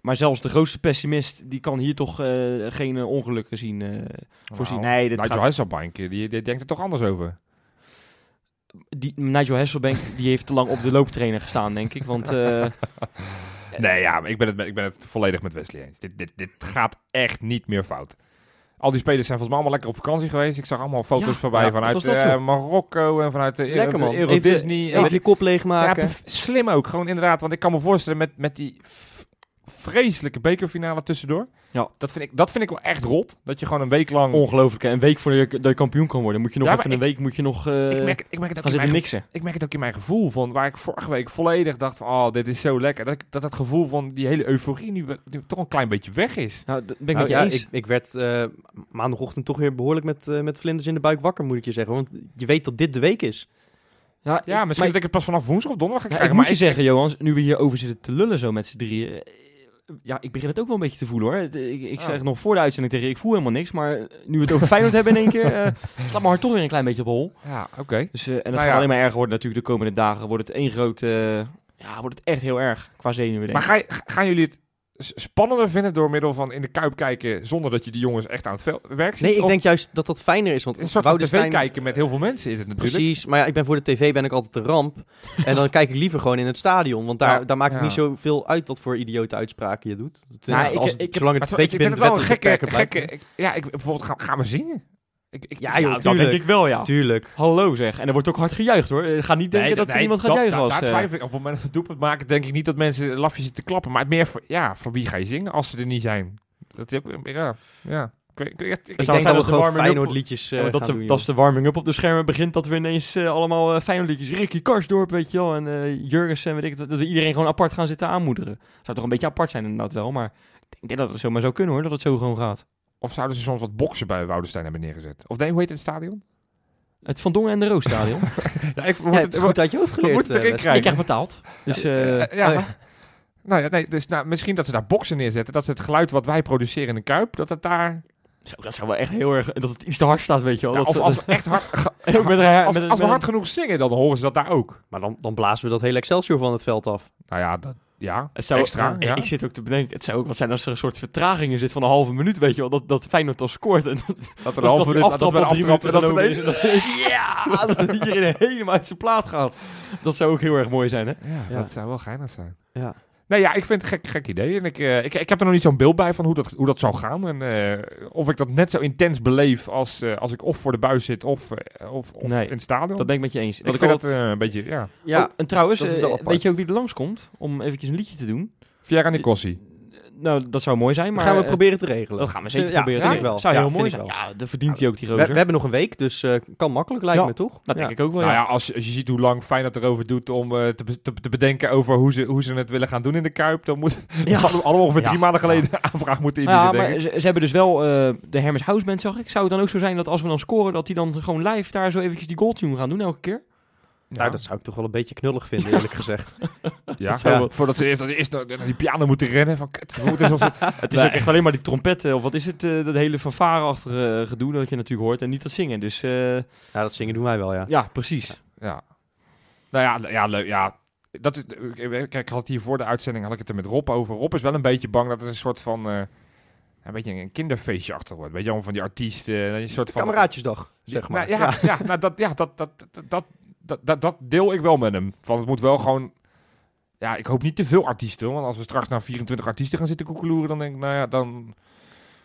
Speaker 4: maar zelfs de grootste pessimist, die kan hier toch eh, geen eh, ongelukken zien. eh, voorzien.
Speaker 3: Nou,
Speaker 4: Nee, dit
Speaker 3: Nigel
Speaker 4: gaat-
Speaker 3: Hasselbank, die, die denkt er toch anders over.
Speaker 4: die, Nigel Hasselbank, die heeft te lang op de looptrainer gestaan, denk ik. Want eh,
Speaker 3: Nee, ja, maar ik ben het, met- ik ben het volledig met Wesley eens. Dit, dit, dit gaat echt niet meer fout. Al die spelers zijn volgens mij allemaal lekker op vakantie geweest. Ik zag allemaal foto's
Speaker 4: Ja,
Speaker 3: voorbij
Speaker 4: ja,
Speaker 3: vanuit
Speaker 4: wat was dat, joh?
Speaker 3: eh, Marokko en vanuit de
Speaker 2: Lekker, man.
Speaker 3: Euro
Speaker 2: Even-
Speaker 3: Disney.
Speaker 2: Even je kop leegmaken.
Speaker 3: Ja, perf- slim ook. Gewoon inderdaad. Want ik kan me voorstellen met, met die f- vreselijke bekerfinale tussendoor.
Speaker 4: Ja.
Speaker 3: Dat, vind ik, dat vind ik wel echt rot. Dat je gewoon een week lang...
Speaker 4: ongelooflijk, hè, een week voordat je, dat je kampioen kan worden, moet je nog
Speaker 3: Ja, maar
Speaker 4: even een week moet je nog eh,
Speaker 3: ik, merk, ik, merk het ook
Speaker 4: gaan
Speaker 3: in
Speaker 4: zitten
Speaker 3: mijn,
Speaker 4: niksen.
Speaker 3: ik merk het ook in mijn gevoel van... Waar ik vorige week volledig dacht van... Oh, dit is zo lekker. Dat ik, dat, dat gevoel van die hele euforie nu, wel- nu toch een klein beetje weg is.
Speaker 4: Nou, dat ben ik
Speaker 2: Nou
Speaker 4: met je
Speaker 2: ja,
Speaker 4: eens.
Speaker 2: ik, ik werd eh, maandagochtend toch weer behoorlijk met, eh, met vlinders in de buik wakker, moet ik je zeggen. Want je weet dat dit de week is.
Speaker 4: ja,
Speaker 3: Ja,
Speaker 4: ik-
Speaker 3: misschien
Speaker 4: maar
Speaker 3: dat ik het pas vanaf woensdag of donderdag ga
Speaker 4: Ja, ik
Speaker 3: krijgen.
Speaker 4: moet
Speaker 3: maar
Speaker 4: je zeggen, Johans, nu we hierover zitten te lullen zo met z'n drieën. eh, Ja, ik begin het ook wel een beetje te voelen hoor. Het, eh, Ik, ik
Speaker 3: Ja.
Speaker 4: zeg nog voor de uitzending tegen je, ik voel helemaal niks. Maar eh, nu we het over Feyenoord hebben in één keer, eh slaat mijn hart toch weer een klein beetje op hol.
Speaker 3: Ja, oké.
Speaker 4: Dus, eh, en dat
Speaker 3: Nou
Speaker 4: gaat
Speaker 3: ja.
Speaker 4: alleen maar erger worden natuurlijk de komende dagen. Wordt het één groot, eh, ja, wordt het echt heel erg qua zenuwen denk
Speaker 3: Maar
Speaker 4: ik.
Speaker 3: ga, je- ga- gaan jullie het s- spannender vinden door middel van in de kuip kijken... zonder dat je die jongens echt aan het vel- werk ziet?
Speaker 2: Nee, ik
Speaker 3: Of
Speaker 2: denk juist dat dat fijner is. Want
Speaker 3: Een soort van
Speaker 2: Woudenstein-
Speaker 3: tv kijken met heel veel mensen is het natuurlijk.
Speaker 2: Precies, maar ja, ik ben voor de tv ben ik altijd de ramp. en dan kijk ik liever gewoon in het stadion. Want daar,
Speaker 3: Ja,
Speaker 2: daar maakt het
Speaker 3: ja.
Speaker 2: niet zoveel uit wat voor idiote uitspraken je doet.
Speaker 4: Nou,
Speaker 2: Ja,
Speaker 4: ik-
Speaker 2: als,
Speaker 4: ik-
Speaker 2: zolang
Speaker 3: Maar
Speaker 2: het
Speaker 3: het-
Speaker 2: een beetje
Speaker 3: ik vind
Speaker 2: binnen
Speaker 3: het
Speaker 2: de
Speaker 3: wel een gekke...
Speaker 2: wettelijke
Speaker 3: gekke
Speaker 2: perken blijft.
Speaker 3: ik- ja, ik, bijvoorbeeld, ga, ga maar zingen. Ik, ik,
Speaker 2: Ja,
Speaker 3: ik-
Speaker 2: joh,
Speaker 3: nou,
Speaker 4: dat denk
Speaker 2: tuurlijk.
Speaker 4: ik wel, ja.
Speaker 2: Tuurlijk.
Speaker 4: Hallo zeg. En er wordt ook hard gejuicht hoor. Eh, Ga niet denken
Speaker 3: nee,
Speaker 4: dat er
Speaker 3: nee,
Speaker 4: iemand gaat juichen
Speaker 3: daar-
Speaker 4: als...
Speaker 3: Daar
Speaker 4: eh,
Speaker 3: twijfel ik. Op het moment van het doelpunt maken denk ik niet dat mensen lafjes zitten klappen. Maar het meer voor, ja, voor wie ga je zingen als ze er niet zijn? Dat is ook... Ja, ja. Ik, weet- ik, ik- ik-
Speaker 2: Ik
Speaker 4: zou
Speaker 2: denk dat
Speaker 4: zijn
Speaker 2: we
Speaker 4: als de
Speaker 2: gewoon
Speaker 4: warming-up-
Speaker 2: Feyenoord liedjes eh,
Speaker 4: Ja, maar Eh, dat,
Speaker 2: gaan
Speaker 4: de,
Speaker 2: doen,
Speaker 4: dat is de warming-up op de schermen begint, dat we ineens eh, allemaal eh fijne liedjes, Ricky Karsdorp, weet je wel, en eh Jurgensen, weet ik het, wat, dat we iedereen gewoon apart gaan zitten aanmoederen. Zou toch een beetje apart zijn inderdaad wel, maar ik denk dat het zomaar zou kunnen hoor, dat het zo gewoon gaat.
Speaker 3: of zouden ze soms wat boksen bij Woudenstein hebben neergezet? Of nee, hoe heet het stadion?
Speaker 4: Het Van Dongen en de Roosstadion.
Speaker 3: Ja, ik, we
Speaker 2: joh. Ja,
Speaker 3: moeten-
Speaker 2: het goed uit je hoofd
Speaker 3: we
Speaker 2: geleerd.
Speaker 3: moeten het
Speaker 2: eh,
Speaker 3: erin
Speaker 2: Wes.
Speaker 4: ik
Speaker 3: krijgen.
Speaker 4: krijg betaald. Dus eh,
Speaker 3: Eh, ja.
Speaker 2: oh ja.
Speaker 3: Nou ja, nee, dus nou, misschien dat ze daar boksen neerzetten. Dat ze het geluid wat wij produceren in de Kuip, dat dat daar...
Speaker 4: Zo, dat zou wel echt heel erg... Dat het iets te hard staat, weet je wel.
Speaker 3: Ja,
Speaker 4: Oh, dat
Speaker 3: of
Speaker 4: ze-
Speaker 3: als we echt hard... ge-
Speaker 4: en ook met, een-
Speaker 3: Als,
Speaker 4: met een-
Speaker 3: als we
Speaker 4: met
Speaker 3: hard genoeg zingen, dan horen ze dat daar ook.
Speaker 2: Maar dan, dan blazen we dat hele Excelsior van het veld af.
Speaker 3: Nou ja, dat, ja.
Speaker 4: Het zou,
Speaker 3: Extra,
Speaker 4: ik-
Speaker 3: ja.
Speaker 4: Ik zit ook te bedenken, het zou ook wat zijn als er een soort vertraging in zit van een halve minuut, weet je wel, dat, dat Feyenoord dan scoort en dat,
Speaker 3: Dus Dat
Speaker 4: dat
Speaker 3: er een half
Speaker 4: die
Speaker 3: minuut
Speaker 4: aftrap op drie minuten
Speaker 3: dat
Speaker 4: gelopen is
Speaker 3: ineens...
Speaker 4: en dat ja, dat iedereen helemaal uit zijn plaat gaat. Dat zou ook heel erg mooi zijn, hè?
Speaker 3: Ja,
Speaker 2: Ja.
Speaker 3: dat zou wel geinig zijn.
Speaker 2: Ja.
Speaker 3: Nee, ja, ik vind het een gek, gek idee. En ik, eh, ik, ik heb er nog niet zo'n beeld bij van hoe dat, hoe dat zou gaan. En eh, of ik dat net zo intens beleef als, eh, als ik of voor de buis zit of, eh, of, of
Speaker 4: Nee,
Speaker 3: in het stadion.
Speaker 4: Dat ben ik met je eens.
Speaker 3: Want ik
Speaker 4: vond
Speaker 3: vind dat eh, een beetje, ja.
Speaker 2: Ja,
Speaker 4: Oh, en trouwens,
Speaker 2: dat is
Speaker 4: eh,
Speaker 2: wel apart.
Speaker 4: weet je ook wie er langskomt om eventjes een liedje te doen?
Speaker 3: Fiera Nicossi.
Speaker 4: Nou, dat zou mooi zijn, maar...
Speaker 2: gaan we
Speaker 4: eh,
Speaker 2: proberen te regelen.
Speaker 4: Dat gaan we zeker
Speaker 2: Ja,
Speaker 4: proberen.
Speaker 2: vind
Speaker 4: te
Speaker 2: ik
Speaker 4: doen.
Speaker 2: wel.
Speaker 4: Zou
Speaker 2: Ja,
Speaker 4: heel
Speaker 2: vind
Speaker 4: mooi
Speaker 2: ik
Speaker 4: zijn.
Speaker 2: wel.
Speaker 4: Ja, dan verdient hij ook die
Speaker 2: We,
Speaker 4: rozer.
Speaker 2: we hebben nog een week, dus eh, kan makkelijk lijkt
Speaker 4: Ja,
Speaker 2: me toch?
Speaker 4: dat denk
Speaker 2: Ja.
Speaker 4: ik ook wel,
Speaker 3: Nou
Speaker 4: ja.
Speaker 3: ja, als, als je ziet hoe lang Feyenoord erover doet om eh, te, be- te, te bedenken over hoe ze, hoe ze het willen gaan doen in de Kuip, dan moet
Speaker 4: Ja.
Speaker 3: hadden we allemaal ongeveer drie
Speaker 4: Ja.
Speaker 3: maanden geleden een aanvraag moeten indienen,
Speaker 4: Ja,
Speaker 3: denk
Speaker 4: maar
Speaker 3: ik.
Speaker 4: ze, ze hebben dus wel eh, de Hermes Houseband, zag ik. Zou het dan ook zo zijn dat als we dan scoren, dat die dan gewoon live daar zo eventjes die goaltune gaan doen elke keer?
Speaker 2: Nou, dat zou ik toch wel een beetje knullig vinden, eerlijk gezegd.
Speaker 3: ja.
Speaker 2: dat zou
Speaker 3: Ja.
Speaker 2: wel-
Speaker 3: Voordat ze eerst, eerst naar naar die piano moeten rennen. Van, kut, we moeten soms-
Speaker 4: Het is ook echt alleen maar die trompetten, of wat is het, eh, dat hele fanfare-achtige eh, gedoe dat je natuurlijk hoort en niet dat zingen. Dus eh,
Speaker 2: Ja, dat zingen doen wij wel, ja.
Speaker 4: ja, precies.
Speaker 3: Ja. Nou ja, le- ja, leuk, ja. Dat, is- eh, kijk, ik had hier voor de uitzending had ik het er met Rob over. Rob is wel een beetje bang dat het een soort van... eh, een beetje een kinderfeestje achter wordt. Weet je wel, van die artiesten. eh, Een soort van...
Speaker 2: Kameraadjesdag,
Speaker 3: Die-
Speaker 2: zeg maar.
Speaker 3: Nou, ja, ja. nou, dat, ja dat, dat, dat, dat, dat, dat deel ik wel met hem. Want het moet wel gewoon... Ja, ik hoop niet te veel artiesten. Want als we straks naar 24 artiesten gaan zitten koekeloeren... dan denk ik, nou ja, dan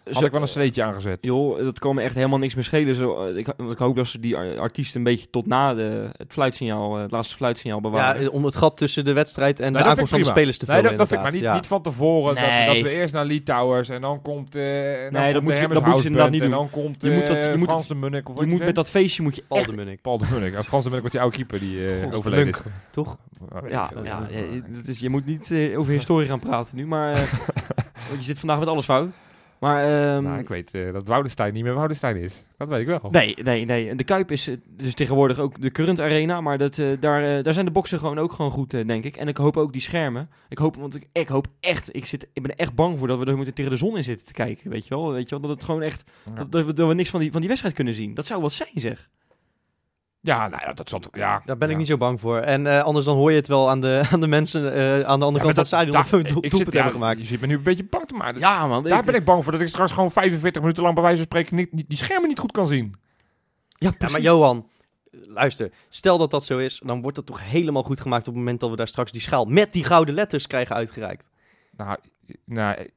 Speaker 3: had
Speaker 4: Zo-
Speaker 3: ik wel een sleetje aangezet.
Speaker 4: Joh, dat kan me echt helemaal niks meer schelen. Zo, eh, ik, want ik hoop dat ze die ar- artiest een beetje tot na de, het fluitsignaal, eh, het laatste fluitsignaal
Speaker 2: Ja,
Speaker 4: bewaren.
Speaker 2: eh, om het gat tussen de wedstrijd en
Speaker 3: Nee,
Speaker 2: de
Speaker 3: dat
Speaker 2: aankomst
Speaker 3: vind
Speaker 2: van de
Speaker 3: ik prima.
Speaker 2: spelers te vullen.
Speaker 3: nee, dat, dat vind ik maar
Speaker 2: inderdaad.
Speaker 3: niet,
Speaker 2: Ja.
Speaker 3: niet van tevoren.
Speaker 4: Nee.
Speaker 3: Dat, dat we eerst naar Lee Towers en dan komt. eh en dan
Speaker 4: Nee, dat
Speaker 3: komt
Speaker 4: moet
Speaker 3: de
Speaker 4: je-
Speaker 3: Hermes
Speaker 4: dat moet je inderdaad
Speaker 3: Houseband
Speaker 4: niet
Speaker 3: en
Speaker 4: doen.
Speaker 3: dan komt
Speaker 4: Je
Speaker 3: eh
Speaker 4: moet dat- je moet
Speaker 3: Frans
Speaker 4: het-
Speaker 3: de Munnik. Of
Speaker 4: je moet met dat feestje moet je
Speaker 2: Paul
Speaker 4: echt...
Speaker 2: de Munnik,
Speaker 3: Paul de Munnik. Ah, Frans de Munnik wordt die oude keeper die eh
Speaker 2: God,
Speaker 3: overleden
Speaker 2: Lunk,
Speaker 3: is.
Speaker 2: toch?
Speaker 3: Ah, weet ik
Speaker 4: Ja,
Speaker 3: veel.
Speaker 4: ja eh, dat is, je moet niet eh, over historie gaan praten nu, maar eh, want je zit vandaag met alles fout. Maar ehm,
Speaker 3: Nou, ik weet eh, dat Woudenstein niet meer Woudenstein is. Dat weet ik wel.
Speaker 4: Nee, nee, nee. En de Kuip is eh, dus tegenwoordig ook de current arena. Maar dat, eh, daar, eh, daar zijn de boksen gewoon ook gewoon goed, eh, denk ik. En ik hoop ook die schermen. Ik hoop, want ik, ik hoop echt, ik, zit, ik ben er echt bang voor dat we er moeten tegen de zon in zitten te kijken. Weet je wel? Weet je wel? Dat het gewoon echt,
Speaker 3: Ja.
Speaker 4: dat, dat we, dat we niks van die, van die wedstrijd kunnen zien. Dat zou wat zijn, zeg.
Speaker 3: Ja, nou ja, dat zat. Ja,
Speaker 2: Daar ben
Speaker 3: ja.
Speaker 2: ik niet zo bang voor. En eh, anders dan hoor je het wel aan de, aan de mensen eh, aan de andere
Speaker 3: Ja,
Speaker 2: kant van het stadion...
Speaker 3: maar
Speaker 2: of we een
Speaker 3: daar-
Speaker 2: doel-
Speaker 3: ik
Speaker 2: doelpunt
Speaker 3: zit- ja,
Speaker 2: hebben gemaakt.
Speaker 3: Je zit me nu een beetje bang te maken.
Speaker 4: Ja, man.
Speaker 3: Daar ben ik bang voor dat ik straks gewoon 45 minuten lang bij wijze van spreken niet, niet- die schermen niet goed kan zien.
Speaker 4: Ja,
Speaker 2: Ja, maar
Speaker 4: precies.
Speaker 2: Johan, luister. Stel dat dat zo is, dan wordt dat toch helemaal goed gemaakt... op het moment dat we daar straks die schaal met die gouden letters krijgen uitgereikt.
Speaker 3: Nou, nou,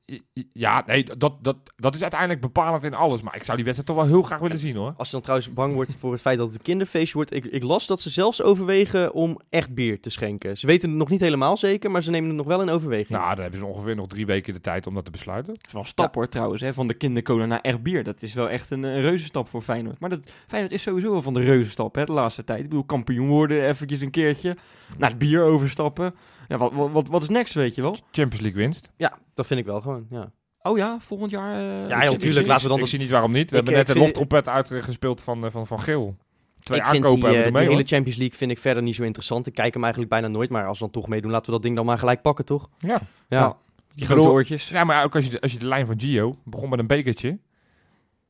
Speaker 3: ja, nee, dat, dat, dat is uiteindelijk bepalend in alles. Maar ik zou die wedstrijd toch wel heel graag willen zien, hoor.
Speaker 2: Als je dan trouwens bang wordt voor het feit dat het een kinderfeestje wordt... Ik, ik las dat ze zelfs overwegen om echt bier te schenken. Ze weten het nog niet helemaal zeker, maar ze nemen het nog wel in overweging.
Speaker 3: Nou, dan hebben ze ongeveer nog drie weken de tijd om dat te besluiten.
Speaker 4: Dat is wel een stap hoor, trouwens. Hè, van de kindercola naar echt bier. Dat is wel echt een, een reuzenstap voor Feyenoord. Maar dat, Feyenoord is sowieso wel van de reuzenstap hè, de laatste tijd. Ik bedoel, kampioen worden eventjes een keertje. Naar het bier overstappen. Ja, wat, wat, wat, wat is next, weet je wel?
Speaker 3: Champions League winst.
Speaker 2: Ja, dat vind ik wel gewoon, ja.
Speaker 4: Oh ja, volgend jaar. eh,
Speaker 2: Ja, joh,
Speaker 4: ik-
Speaker 2: tuurlijk,
Speaker 4: ik-
Speaker 2: laten we dan
Speaker 3: Ik
Speaker 2: dat-
Speaker 3: zie niet waarom niet.
Speaker 2: Ik,
Speaker 3: We hebben net
Speaker 2: eh,
Speaker 3: een
Speaker 2: vind-
Speaker 3: loftrompet uitgespeeld van, eh, van Van Geel. Twee
Speaker 2: ik vind
Speaker 3: aankopen
Speaker 2: die, eh,
Speaker 3: hebben we er
Speaker 2: die
Speaker 3: mee,
Speaker 2: hele
Speaker 3: hoor.
Speaker 2: Champions League vind ik verder niet zo interessant. Ik kijk hem eigenlijk bijna nooit, maar als we dan toch meedoen, laten we dat ding dan maar gelijk pakken, toch?
Speaker 3: Ja.
Speaker 2: Ja,
Speaker 4: Nou, Die grote
Speaker 3: bedoel-
Speaker 4: oortjes.
Speaker 3: ja, maar ook als je, de, als je de lijn van Gio begon met een bekertje.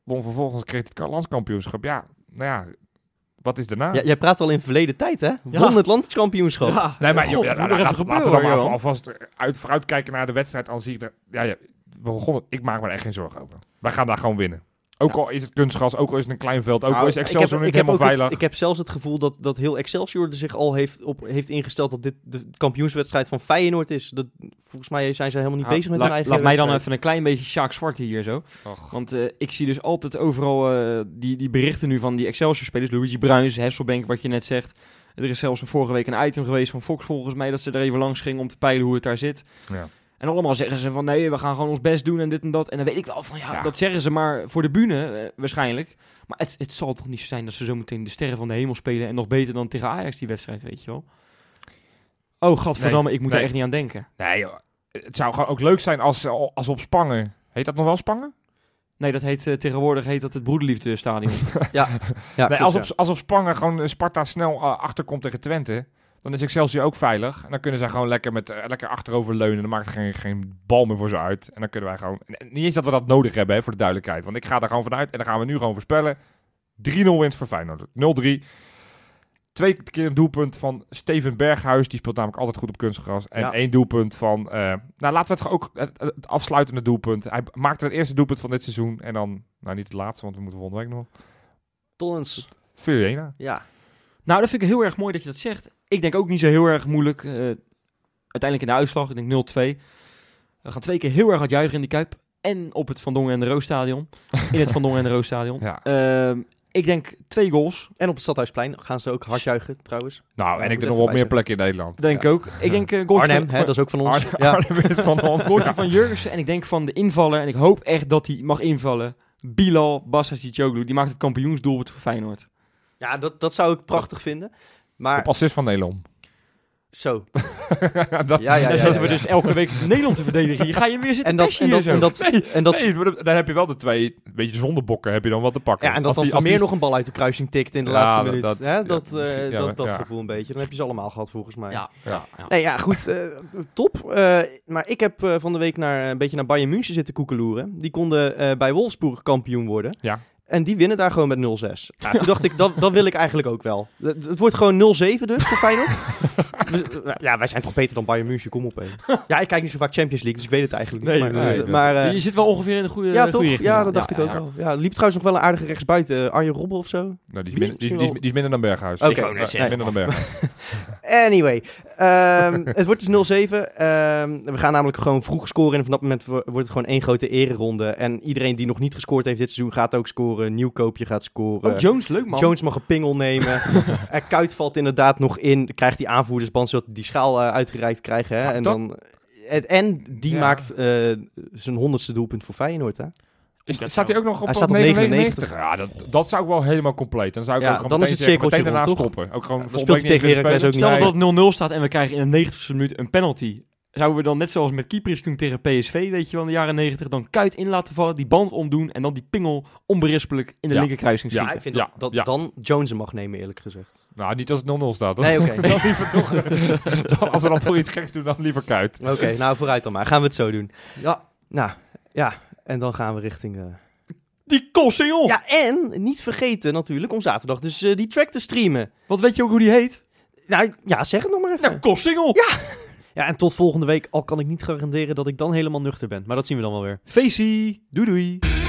Speaker 3: Won vervolgens kreeg hij het landskampioenschap. Ja, nou ja, wat is daarna?
Speaker 2: J- jij praat al in verleden tijd, hè? Won het landskampioenschap.
Speaker 4: Ja.
Speaker 3: Nee, maar
Speaker 4: God,
Speaker 3: joh,
Speaker 4: moet
Speaker 3: ja,
Speaker 4: er
Speaker 3: nou,
Speaker 4: even
Speaker 3: laat-
Speaker 4: gebeuren,
Speaker 3: laten we dan maar
Speaker 4: Johan.
Speaker 3: alvast eh, uit, vooruit kijken naar de wedstrijd. Al zie ik er, ja, ja, we begonnen, ik maak me er echt geen zorgen over. Wij gaan daar gewoon winnen. Ook al is het kunstgras, ook al is het een klein veld, ook
Speaker 4: Nou,
Speaker 3: al is
Speaker 2: ik
Speaker 3: Excelsior
Speaker 2: heb,
Speaker 3: niet
Speaker 2: ik heb
Speaker 3: helemaal
Speaker 2: ook het-
Speaker 3: veilig.
Speaker 2: ik heb zelfs het gevoel dat, dat heel Excelsior er zich al heeft, op, heeft ingesteld dat dit de kampioenswedstrijd van Feyenoord is. Dat, volgens mij zijn ze helemaal niet
Speaker 4: Ja,
Speaker 2: bezig met
Speaker 4: laat-
Speaker 2: hun eigen
Speaker 4: Laat mij dan
Speaker 2: wedstrijd.
Speaker 4: even een klein beetje Sjaak Zwart hier zo.
Speaker 3: Och.
Speaker 4: Want eh, ik zie dus altijd overal eh, die, die berichten nu van die Excelsior-spelers. Luigi Bruins, Hesselbank, wat je net zegt. Er is zelfs een vorige week een item geweest van Fox volgens mij... dat ze er even langs gingen om te peilen hoe het daar zit.
Speaker 3: Ja.
Speaker 4: En allemaal zeggen ze van nee, we gaan gewoon ons best doen en dit en dat. En dan weet ik wel van ja,
Speaker 3: Ja.
Speaker 4: dat zeggen ze maar voor de bühne eh, waarschijnlijk. Maar het, het zal toch niet zo zijn dat ze zo meteen de sterren van de hemel spelen... en nog beter dan tegen Ajax die wedstrijd, weet je wel. Oh, gadverdamme, ik moet
Speaker 3: nee.
Speaker 4: er echt niet aan denken.
Speaker 3: Nee joh, het zou gewoon ook leuk zijn als, als op Spangen. Heet dat nog wel Spangen?
Speaker 4: Nee, dat heet eh, tegenwoordig heet dat het Broederliefde Stadion.
Speaker 2: Ja,
Speaker 3: nee,
Speaker 2: klopt,
Speaker 3: als, op, als op Spangen gewoon eh, Sparta snel eh, achterkomt tegen Twente. Dan is Excelsior ook veilig. En dan kunnen zij gewoon lekker, met, eh, lekker achterover leunen. Dan maakt er geen, geen bal meer voor ze uit. En dan kunnen wij gewoon... en Niet eens dat we dat nodig hebben, hè, voor de duidelijkheid. Want ik ga er gewoon vanuit. En dan gaan we nu gewoon voorspellen. 3-0 winst voor Feyenoord. 0-3. Twee keer een doelpunt van Steven Berghuis. Die speelt namelijk altijd goed op kunstgras. En
Speaker 2: Ja.
Speaker 3: één doelpunt van... eh, nou, laten we het ook... Het, het afsluitende doelpunt. Hij maakte het eerste doelpunt van dit seizoen. En dan... Nou, niet het laatste, want we moeten volgende week nog.
Speaker 2: Tollens.
Speaker 3: Fiorentina.
Speaker 2: Ja.
Speaker 4: Nou, dat vind ik heel erg mooi dat je dat zegt. Ik denk ook niet zo heel erg moeilijk. eh, uiteindelijk in de uitslag, ik denk 0-2. We gaan twee keer heel erg hard juichen in de Kuip. En op het Van Dongen en de Roosstadion. In het Van Dongen en de Roosstadion.
Speaker 3: Ja.
Speaker 4: Ehm, ik denk twee goals.
Speaker 2: En op het Stadhuisplein gaan ze ook hard juichen, trouwens.
Speaker 3: Nou, en
Speaker 2: moet
Speaker 3: ik
Speaker 2: even
Speaker 3: denk nog
Speaker 2: bij
Speaker 3: wat meer
Speaker 2: zeggen.
Speaker 3: plekken in Nederland.
Speaker 4: Denk ik ook. Ik denk eh goaltje
Speaker 2: Arnhem,
Speaker 4: van,
Speaker 2: hè,
Speaker 4: van-
Speaker 2: dat is ook van ons.
Speaker 3: Arnhem,
Speaker 2: ja.
Speaker 3: Arnhem is van ons.
Speaker 4: goaltje van Jurgensen. En ik denk van de invaller. En ik hoop echt dat hij mag invallen. Bilal Bassasicoglu. Die maakt het kampioensdoelpunt voor Feyenoord.
Speaker 2: Ja, dat, dat zou ik prachtig vinden.
Speaker 3: Op
Speaker 2: Maar
Speaker 3: assist van Nelom.
Speaker 2: zo.
Speaker 3: dat,
Speaker 2: Ja, ja,
Speaker 4: Daar
Speaker 2: ja.
Speaker 4: zitten
Speaker 2: ja,
Speaker 4: we
Speaker 2: ja.
Speaker 4: dus elke week Nederland te verdedigen. Hier ga je weer zitten
Speaker 2: En dat-
Speaker 4: bashen
Speaker 2: en
Speaker 4: hier
Speaker 2: dat-
Speaker 4: zo.
Speaker 2: en dat-
Speaker 4: Nee.
Speaker 2: En dat,
Speaker 3: Nee, maar dan- dan heb je wel de twee, een beetje zonder bokken, heb je dan wel te pakken.
Speaker 2: ja, en dat
Speaker 3: Als
Speaker 2: dan
Speaker 3: die-
Speaker 2: Van
Speaker 3: als
Speaker 2: Meer
Speaker 3: die-
Speaker 2: nog een bal uit de kruising tikt in de
Speaker 3: Ja,
Speaker 2: laatste
Speaker 3: dat-
Speaker 2: minuut.
Speaker 3: dat-
Speaker 2: Hè, dat, eh,
Speaker 3: misschien- ja,
Speaker 2: dat, dat
Speaker 3: ja.
Speaker 2: gevoel een beetje. Dan heb je ze allemaal gehad, volgens mij.
Speaker 4: Ja, ja, ja.
Speaker 2: Nee, ja, goed. eh, top. Eh, maar ik heb eh, van de week naar, een beetje naar Bayern München zitten koekeloeren. Die konden eh, bij Wolfsburg kampioen worden.
Speaker 3: Ja.
Speaker 2: En die winnen daar gewoon met 0-6. Ja, toen dacht ik, dat, dat wil ik eigenlijk ook wel. Het, het wordt gewoon 0-7 dus voor Feyenoord. We- ja, wij zijn toch beter dan Bayern München. Kom op, hé. Ja, ik kijk niet zo vaak Champions League, dus ik weet het eigenlijk niet.
Speaker 4: Nee,
Speaker 2: maar,
Speaker 3: nee,
Speaker 2: eh,
Speaker 3: nee.
Speaker 2: maar, eh,
Speaker 4: je zit wel ongeveer in de goede,
Speaker 2: ja,
Speaker 4: goede
Speaker 2: toch?
Speaker 4: richting.
Speaker 2: Ja, dat dacht ik ook
Speaker 4: ja.
Speaker 2: wel. Ja, liep trouwens nog wel een aardige rechtsbuiten. eh, Arjen Robben of zo.
Speaker 3: Nou, die, is
Speaker 2: Die
Speaker 3: minder, die, is- die is,
Speaker 2: misschien
Speaker 3: die is minder dan Berghuis.
Speaker 2: Oké.
Speaker 3: Ik wou net
Speaker 2: Nee.
Speaker 3: zeggen, minder dan Berghuis.
Speaker 2: Anyway, ehm, het wordt dus 0-7. Ehm, we gaan namelijk gewoon vroeg scoren. En vanaf dat moment wo- wordt het gewoon één grote ereronde. En iedereen die nog niet gescoord heeft dit seizoen gaat ook scoren. Nieuwkoopje gaat scoren.
Speaker 4: Oh, Jones, leuk man.
Speaker 2: Jones mag een pingel nemen. Eh, Kuit valt inderdaad nog in. Krijgt die aanvoerdersband zodat die schaal eh, uitgereikt krijgen. Hè?
Speaker 3: Ja,
Speaker 2: en,
Speaker 3: dat-
Speaker 2: dan, en, en die
Speaker 3: Ja.
Speaker 2: maakt eh, zijn honderdste doelpunt voor Feyenoord. Hè?
Speaker 3: Is,
Speaker 4: Dat
Speaker 3: staat hij ook nog op,
Speaker 2: Hij
Speaker 3: op
Speaker 2: staat op
Speaker 3: 99? Ja, dat, dat zou ik wel helemaal compleet. Dan zou ik
Speaker 2: Ja,
Speaker 3: ook gewoon
Speaker 2: dan is
Speaker 3: meteen,
Speaker 2: het
Speaker 3: zeggen, meteen
Speaker 2: cirkeltje
Speaker 3: daarna
Speaker 2: rond, toch?
Speaker 3: stoppen. Ook gewoon
Speaker 2: dan
Speaker 3: volgende
Speaker 2: speelt
Speaker 3: week niet
Speaker 2: hij tegen
Speaker 3: eens meer
Speaker 2: Heracles
Speaker 3: spelen.
Speaker 4: Stel
Speaker 2: Nee.
Speaker 4: dat het 0-0 staat en we krijgen in de 90ste minuut een penalty. Zouden we dan net zoals met Kypris toen tegen PSV, weet je wel, in de jaren 90, dan kuit in laten vallen, die band omdoen en dan die pingel onberispelijk in de
Speaker 3: Ja.
Speaker 4: linkerkruising
Speaker 3: Ja,
Speaker 4: schieten?
Speaker 2: Ja, ik vind
Speaker 3: Ja,
Speaker 2: dat, dat
Speaker 3: ja.
Speaker 2: dan Jones hem mag nemen, eerlijk gezegd.
Speaker 3: Nou, niet als het 0-0 staat.
Speaker 2: Nee, oké.
Speaker 3: Dan liever toch. dan- als we dan toch iets geks doen, dan liever Kuit.
Speaker 2: Oké, nou vooruit dan maar. Gaan we het zo doen.
Speaker 4: Ja.
Speaker 2: Nou, ja. En dan gaan we richting... eh,
Speaker 4: Die Kossing, joh!
Speaker 2: Ja, en niet vergeten natuurlijk om zaterdag dus eh, die track te streamen.
Speaker 4: Wat weet je ook hoe die heet?
Speaker 2: Nou ja, zeg het nog maar even.
Speaker 4: Nou, Kossingel! Ja.
Speaker 2: Ja, en tot volgende week, al kan ik niet garanderen dat ik dan helemaal nuchter ben. Maar dat zien we dan wel weer.
Speaker 4: Facey, doei doei!